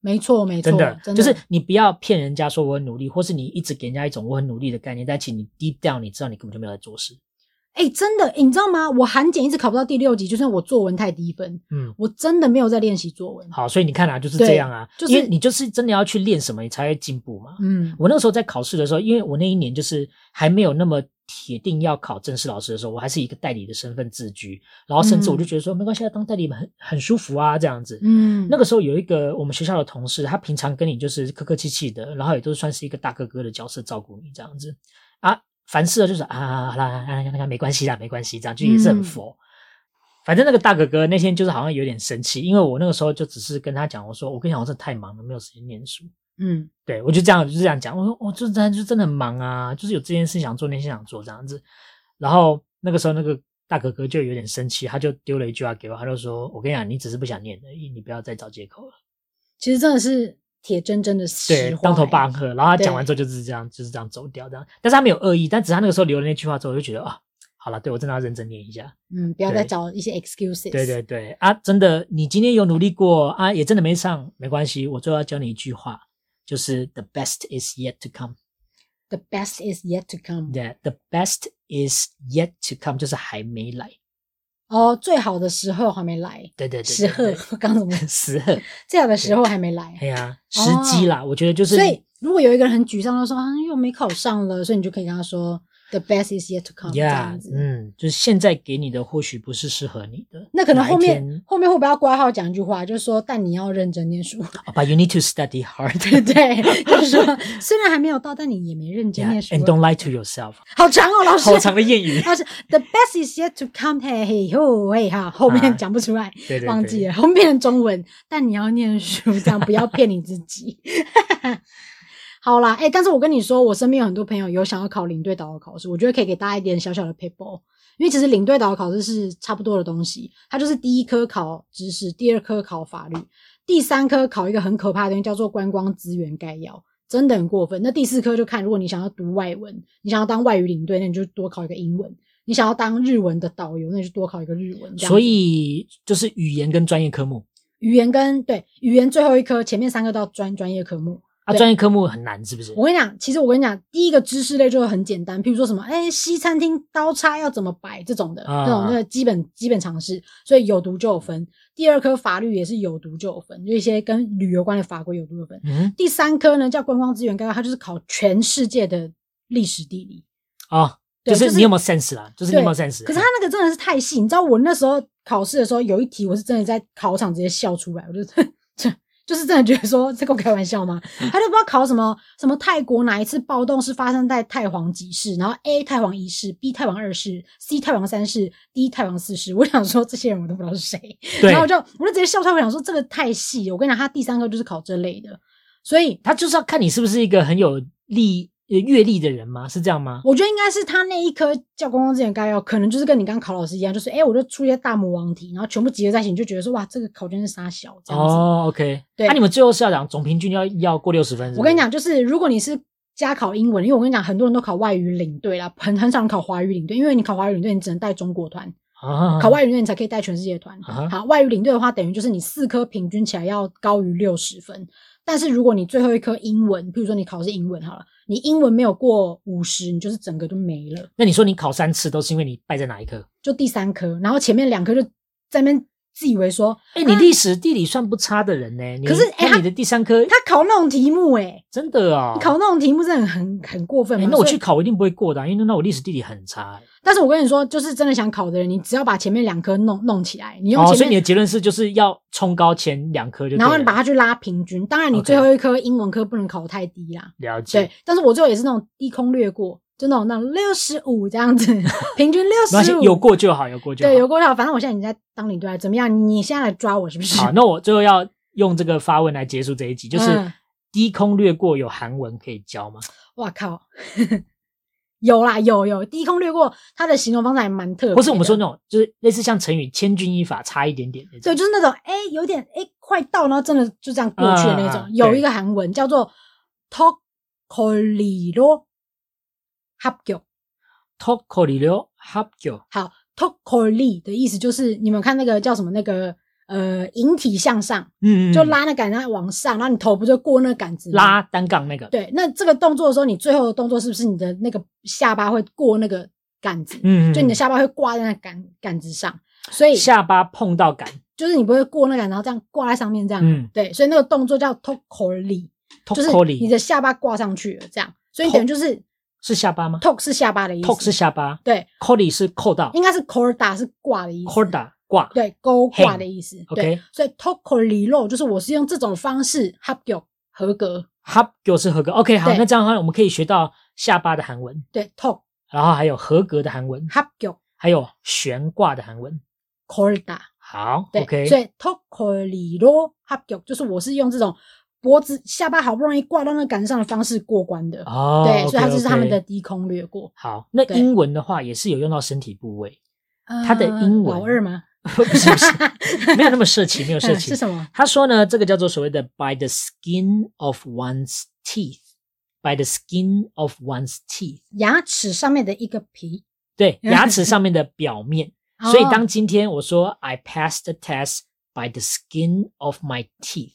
没错没错，
真的，
真的
就是你不要骗人家说我很努力，或是你一直给人家一种我很努力的概念，但其实你 deep down 你知道你根本就没有在做事，
哎、真的、诶你知道吗？我韩检一直考不到第六级，就是因为我作文太低分，
嗯。
我真的没有在练习作文。
好，所以你看啊，就是这样啊，
对就是
因为你就是真的要去练什么，你才会进步嘛。
嗯
我那时候在考试的时候，因为我那一年就是还没有那么铁定要考正式老师的时候，我还是以一个代理的身份自居，然后甚至我就觉得说、没关系，啊，当代理很很舒服啊，这样子。
嗯，
那个时候有一个我们学校的同事，他平常跟你就是客客气气的，然后也都算是一个大哥哥的角色照顾你这样子啊。凡事就是啊，好啦，啊啊啊没关系啦，没关系，这样就也是很佛。反正那个大哥哥那天就是好像有点生气，因为我那个时候就只是跟他讲，我说我跟你讲，我真的太忙了，没有时间念书。
嗯
对我就这样就这样讲，我说我就真的就真的很忙啊，就是有这件事想做，那件事想做这样子。然后那个时候那个大哥哥就有点生气，他就丢了一句话给我，他就说：“我跟你讲，你只是不想念而已，你不要再找借口了。
其实真的是铁铮铮的”实
对，
话、
当头棒喝。然后他
对
讲完之后就是这样，就是这样走掉这样。但是他没有恶意，但只是他那个时候留了那句话之后，我就觉得啊，好了，对我真的要认真念一下。
嗯，不要再
对
找一些 excuses。
对对对啊，真的，你今天有努力过啊，也真的没上，没关系。我最后要教你一句话，就是 “The best is yet to come”。
，the best is yet to come。
that the best is yet to come，就是还没来。
哦，最好的时候还没来，
对对对
时候
对
刚怎么
对 时候，
最好的时候还没来
哎。呀，时机啦，我觉得就是
哦所以如果有一个人很沮丧，他说啊又没考上了，所以你就可以跟他说 the best is yet to come 哦这
呀
样子。，
嗯，就是现在给你的或许不是适合你的，
那可能后
哪一天
面后面会不会要挂号讲一句话，就是说，但你要认真念书，
哦 but you need to study hard，
对不对？就是说，虽然还没有到，但你也没认真 念书啊。
，and don't lie to yourself，
好长哦，老师。
好长的谚语，
老师，the best is yet to come，嘿嘿吼嘿哈，后面
啊
讲不出来，
对对
忘记了，后 面变成中文，但你要念书，这样不要骗你自己。 好啦，哎、但是我跟你说，我身边有很多朋友有想要考领队导游考试，我觉得可以给大家一点小小的 paper，因为其实领队导游考试是差不多的东西，它就是第一科考知识，第二科考法律，第三科考一个很可怕的东西，叫做观光资源概要，真的很过分。那第四科就看，如果你想要读外文，你想要当外语领队，那你就多考一个英文；你想要当日文的导游，那你就多考一个日文。这样子
所以就是语言跟专业科目
语言跟对语言最后一科，前面三个都要专专业科目。
啊，
对
专业科目很难，是不是？
我跟你讲，其实我跟你讲，第一个知识类就是很简单，譬如说什么，哎、西餐厅刀叉要怎么摆这种的，
啊
这种那个基本基本常识，所以有读就有分。第二科法律也是有读就有分，就一些跟旅游关的法规有读有分。
嗯，
第三科呢叫观光资源概要，它就是考全世界的历史地理。
哦，
对
就是
就是
你有没有 sense 啦，就是你有没有 sense，
可是它那个真的是太细，你知道我那时候考试的时候，有一题我是真的在考场直接笑出来，我就 这就是真的觉得说在跟我开玩笑吗？他就不知道考什么什么泰国哪一次暴动是发生在太皇几世，然后 A 太皇一世，B 太皇二世，C 太皇三世，D 太皇四世。我想说这些人我都不知道是谁，
对
然后我就我就直接笑出来，我想说这个太细了。我跟你讲，他第三科就是考这类的，所以
他就是要看你是不是一个很有历呃阅历的人吗？是这样吗？
我觉得应该是他那一科叫公共资源概要，可能就是跟你刚刚考老师一样，就是哎、诶我就出一些大魔王题，然后全部集合在一起，你就觉得说哇，这个考卷是傻小这样子。
哦，OK，
对
那、你们最后是要讲总平均要要过六十分是不是
我跟你，讲，就是如果你是加考英文，因为我跟你讲，很多人都考外语领队啦，很很少人考华语领队，因为你考华语领队，你只能带中国团，
啊、
考外语领队你才可以带全世界团。
啊哈
好，外语领队的话，等于就是你四科平均起来要高于六十分。但是如果你最后一科英文，譬如说你考的是英文好了，你英文没有过五十，你就是整个都没了。
那你说你考三次都是因为你败在哪一科？
就第三科，然后前面两科就在那边自以为说
哎、你历史地理算不差的人呢、你
可是哎
看
他
你的第三科，
他考那种题目、欸，
真的啊、
考那种题目真的很很过分
哎、
嘛、
那我
所以
去考我一定不会过的啊、因为那我历史地理很差、欸。
但是我跟你说，就是真的想考的人，你只要把前面两科弄弄起来，你用
哦，所以
前
你
面，
的结论是就是要冲高前两科就对了，
然后你把它去拉平均。当然，你
OK
最后一科英文科不能考太低啦。
了解。
对，但是我最后也是那种低空略过，就那种那种六十五这 样子，平均
没
六
关系
十五。
有过就好，有过就好。
对，有过就好。反正我现在已经在当领队了，怎么样？你现在来抓我是不是？
好，那我最后要用这个发问来结束这一集，就是
嗯
低空掠过有韩文可以教吗？
哇靠！ 有啦，有有低空掠过，它的形容方式还蛮特别的。
或是我们说那种就是类似像成语“千钧一发”差一点点那
对，
种？
就是那种哎、诶有点哎、诶快到，然后真的就这样过去的那种。
啊
有
对
一个韩文叫做 “tokoli로 합격”，
토코리로합격
好，“tokoli” 的意思就是你们看那个叫什么那个呃引体向上，
嗯，嗯
就拉那杆子往上，然后你头不就过那杆子吗
拉单杠那个，
对，那这个动作的时候，你最后的动作是不是你的那个下巴会过那个杆子？
嗯，嗯，
就你的
嗯
下巴会挂在那杆杆子上，所以
下巴碰到杆，
就是你不会过那杆，然后这样挂在上面这样。
嗯
对，所以那个动作叫 tokoli，
토
就是
코리
你的下巴挂上去了这样。所以等于就是
是下巴吗
tok 是下巴的意思
？tok 是下巴
对，
c o l i 是扣到
应该是 corda 是挂的意思
c o r d a 挂。
对，勾挂的意思。
Hang，
对
OK
所以 tokoli 로就是我是用这种方式 habyo 合格。
합격是合格，OK，好，
对
那这样的话我们可以学到下巴的韩文，
对，tok
然后还有合格的韩文，
habyo
还有悬挂的韩文。
corda。
好
对
，OK，
所以 tokoli 로 habyo 就是我是用这种脖子下巴好不容易挂到那杆子上的方式过关的。
哦，
对，所以它就是
OK，OK
他们的低空掠过。
好。那
对
英文的话也是有用到身体部位， 它的
呃
英文
老二吗？
不是不是， 没有那么色情，没有色
嗯
情
是。什么？
他说呢，这个叫做所谓的 by the skin of one's teeth，by the skin of one's teeth，
牙齿上面的一个皮。
对，牙齿上面的 表面。所
哦
以当今天我说 I passed the test by the skin of my teeth，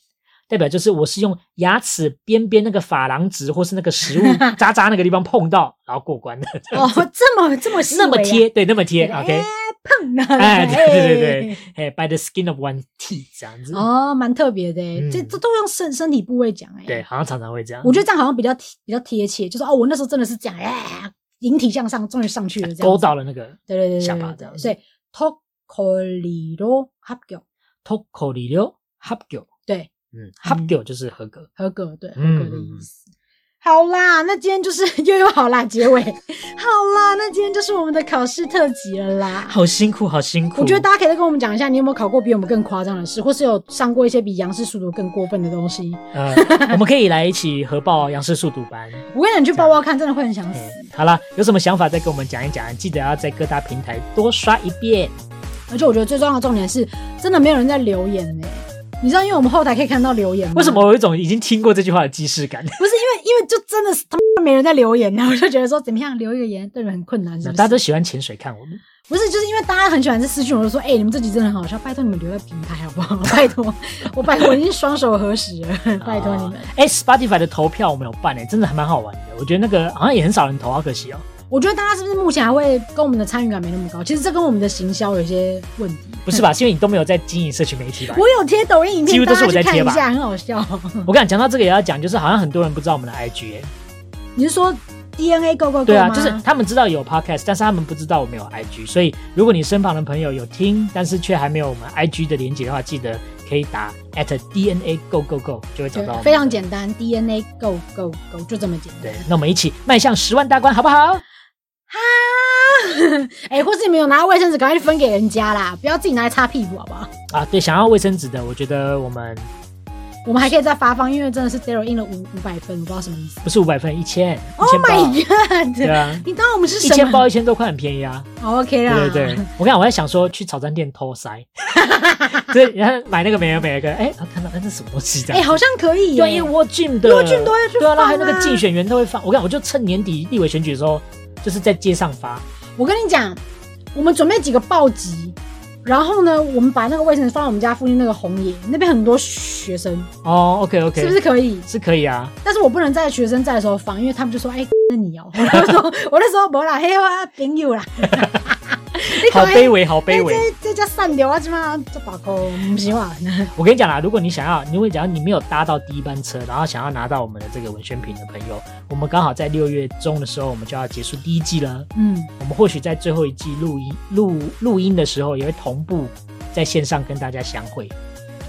代表就是我是用牙齿边边那个珐琅质或是那个食物 渣渣那个地方碰到，然后过关的，
哦，哦这么这么细微啊
那么，贴，对，那么贴
对
，OK，
哎碰了，
哎，对对对
哎。
对，哎，by the skin of one teeth 这样子，
哦，蛮特别的哎，
嗯
这这都用身身体部位讲哎。
对，，好像常常会这样。
我觉得这样好像比较贴比较贴切，就是哦，我那时候真的是这样，哎，引体向上，终于上去了，这样
勾
子
到。了那个
对对对对对，
下巴
对
这样子
所以 tokoli로 합격，
토코리료 합격，
对，
嗯，합격就是合格。
合格，对，合
嗯
格的意思。好啦，那今天就是 又有好啦结尾。好啦，那今天就是我们的考试特辑了啦。
好辛苦，好辛苦。
我觉得大家可以再跟我们讲一下，你有没有考过比我们更夸张的事，或是有上过一些比杨氏数独更过分的东西。
呃，我们可以来一起合报杨氏速读班。
我跟你讲，你去报报看，真的会很想死。
嗯好啦，有什么想法再跟我们讲一讲，记得要在各大平台多刷一遍。
嗯而且我觉得最重要的重点是，真的没有人在留言呢、你知道，因为我们后台可以看到留言吗，啊
为什么我有一种已经听过这句话的既视感？
不是因为，因为就真的是他 妈没人在留言呢、我就觉得说怎么样留一个言对人很困难，是不是？
大家都喜欢潜水看我们，
不是，就是因为大家很喜欢这私讯，我就说，哎、你们这集真的很好笑，拜托你们留在平台好不好？ 拜托，我拜托，我已经双手合十了， 拜托你们。
啊。哎、s p o t i f y 的投票我们有办哎、真的还蛮好玩的。我觉得那个好像也很少人投，好可惜哦。
我觉得大家是不是目前还会跟我们的参与感没那么高？其实这跟我们的行销有一些问题。
不 是吧？是因为你都没有在经营社群媒体吧？
我有贴抖音影
哎几
片，
乎都是我在
大家去
贴
看
吧
一下，很好笑。
我跟你讲，讲到这个也要讲，就是好像很多人不知道我们的 IG 哎、
你是说 DNA Go Go Go
对啊，
吗
就是他们知道有 podcast，但是他们不知道我们有 IG，所以如果你身旁的朋友有听，但是却还没有我们 IG 的连接的话，记得可以打 at DNA Go Go Go 就会找
对
到我们。
非常简单，DNA Go Go Go 就这么简单
对。，那我们一起迈向十万大关，好不好？
哎、或是你们有拿到卫生纸，赶快去分给人家啦，不要自己拿来擦屁股，好不好？
啊，对，想要卫生纸的，我觉得我们
我们还可以再发放，因为真的是 Daryl 印了五五百分，我不知道什么意思。
不是五百分，一千，一
Oh
千包，
my god！
对啊，
你当我们是
一
什
千包
么
一千多块很便宜啊。
好？OK 啦，
对对对，我跟你讲，我在想说去早餐店偷塞， 对，然后买那个美而美而个，哎，啊看到哎这是什么东西这
哎、
样？
好像可以耶，
对，因为沃俊的
因为俊都会去
对啊，
放
然后
啊
还有那个竞选员都会放。我跟你讲，我就趁年底立委选举的时候，就是在街上发。
我跟你讲，我们准备几个报集，然后呢，我们把那个卫生纸放在我们家附近那个红野那边，很多学生，
哦，OK OK，
是不是可以？
是可以啊？
但是我不能在学生在的时候 放，因为他们就说：“哎、那你哦、我那时候，我那时候没啦，嘿，我朋友啦。” 你
好
赶快
卑微，啊好卑微。
这这叫善流啊，即嘛这把口不嗯喜 欢。
我跟你讲啦，啊如果你想要，因为假如你没有搭到第一班车，然后想要拿到我们的这个文宣品的朋友，我们刚好在六月中的时候，我们就要结束第一季了。
嗯，
我们或许在最后一季录音录录音的时候，也会同步在线上跟大家相会。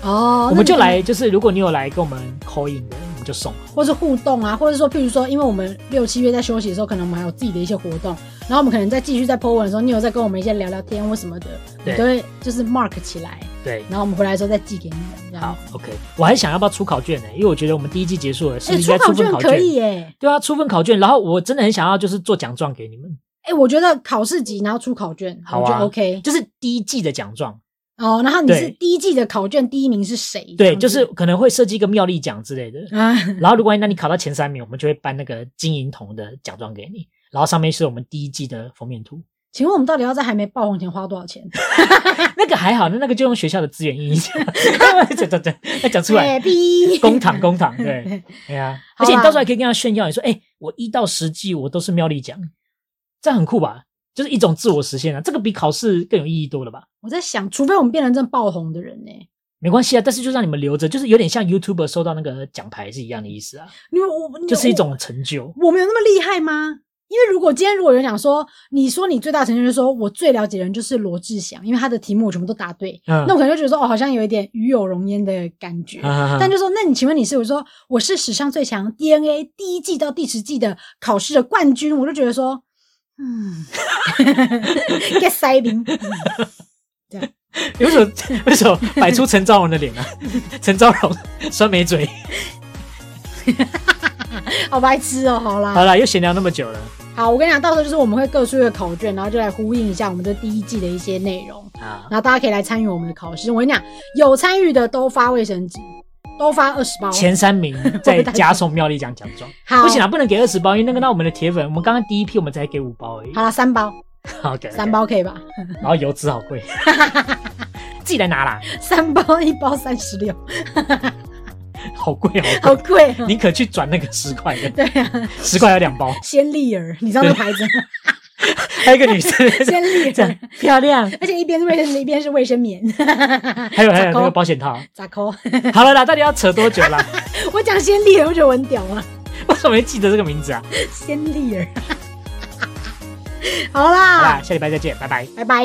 哦，
我们就
那你
来，就是如果你有来跟我们 call in 的，我们就送。
或是互动啊，或者说，譬如说，因为我们六七月在休息的时候，可能我们还有自己的一些活动，然后我们可能在继续在 po 文的时候，你有在跟我们一些聊聊天或什么的，我们
对
都会就是 mark 起来，
对，
然后我们回来的时候再寄给你们。这样
好，OK。我还想要不要出考卷呢、因为我觉得我们第一季结束了，是
哎、
不是
出
应该
考
出份
卷
考卷？
可以耶、
对啊，出份考卷。然后我真的很想要，就是做奖状给你们，
哎、我觉得考试集然后出考卷，
好啊
我觉得 OK。
就是第一季的奖状。
哦，然后你是
对
第一季的考卷第一名是谁？这
对，
样子
就是可能会设计一个妙丽奖之类的。
啊，
然后如果那你考到前三名，我们就会颁那个金银铜的奖状给你。然后上面是我们第一季的封面 图，
请问我们到底要在还没爆红前花多少钱？
那个还好，那那个就用学校的资源印 一下， 讲讲讲，要讲 出来
哎，逼
公堂公堂， 对，哎呀、
啊好
而且你到时候
啦
还可以跟他炫耀，你说，哎、我一到十季我都是妙丽奖，这样很酷吧？就是一种自我实现啊，这个比考试更有意义多了吧？
我在想，除非我们变成真爆红的人呢、
没关系啊，但是就让你们留着，就是有点像 YouTuber 收到那个奖牌是一样的意思啊，
因为我你
就是一
我
种成就。
我们有那么厉害吗？因为如果今天如果有人讲说，你说你最大成就，就是说我最了解的人就是罗志祥，因为他的题目我全部都答对，
嗯
那我可能就觉得说，哦，好像有一点与有荣焉的感觉。
啊
但就说，那你请问你是？我说我是史上最强 DNA 第一季到第十季的考试的冠军，我就觉得说，嗯 ，get 塞宾，嗯
为什么为什么摆出陈昭荣的脸啊？陈昭荣酸梅嘴。
好白痴哦，好啦，
好啦，又闲聊那么久了
好，我跟你讲，到时候就是我们会各出一个考卷，然后就来呼应一下我们这第一季的一些内容。
啊，
然后大家可以来参与我们的考试。我跟你讲，有参与的都发卫生纸，都发二十包。
前 三名再加送妙丽奖奖状。
好，
不行啊，不能给二十包，因为那个那我们的铁粉，我们刚刚第一批我们才给五包而已
好。了，三包，
好，给
三，包可以吧？
给然后油脂好 贵，自己来拿啦，
三包一包三十六，
好贵好
好
贵。
贵 啊！
你可去转那个十块的，
对啊，
十块有两包，
仙丽儿，你知道那个牌子吗？
还有一个 女生
仙丽
这样
儿，
漂亮，
而且一边是卫生纸，一边是卫生棉。
还有还有那个
扣
保险套。
咋抠？
好了啦，到底要扯多久啦？
我讲仙丽儿，我觉得我很屌啊，
为什么会记得这个名字啊？
仙 丽儿。好
好
啦，
啦，下礼拜再见，拜拜。
拜拜。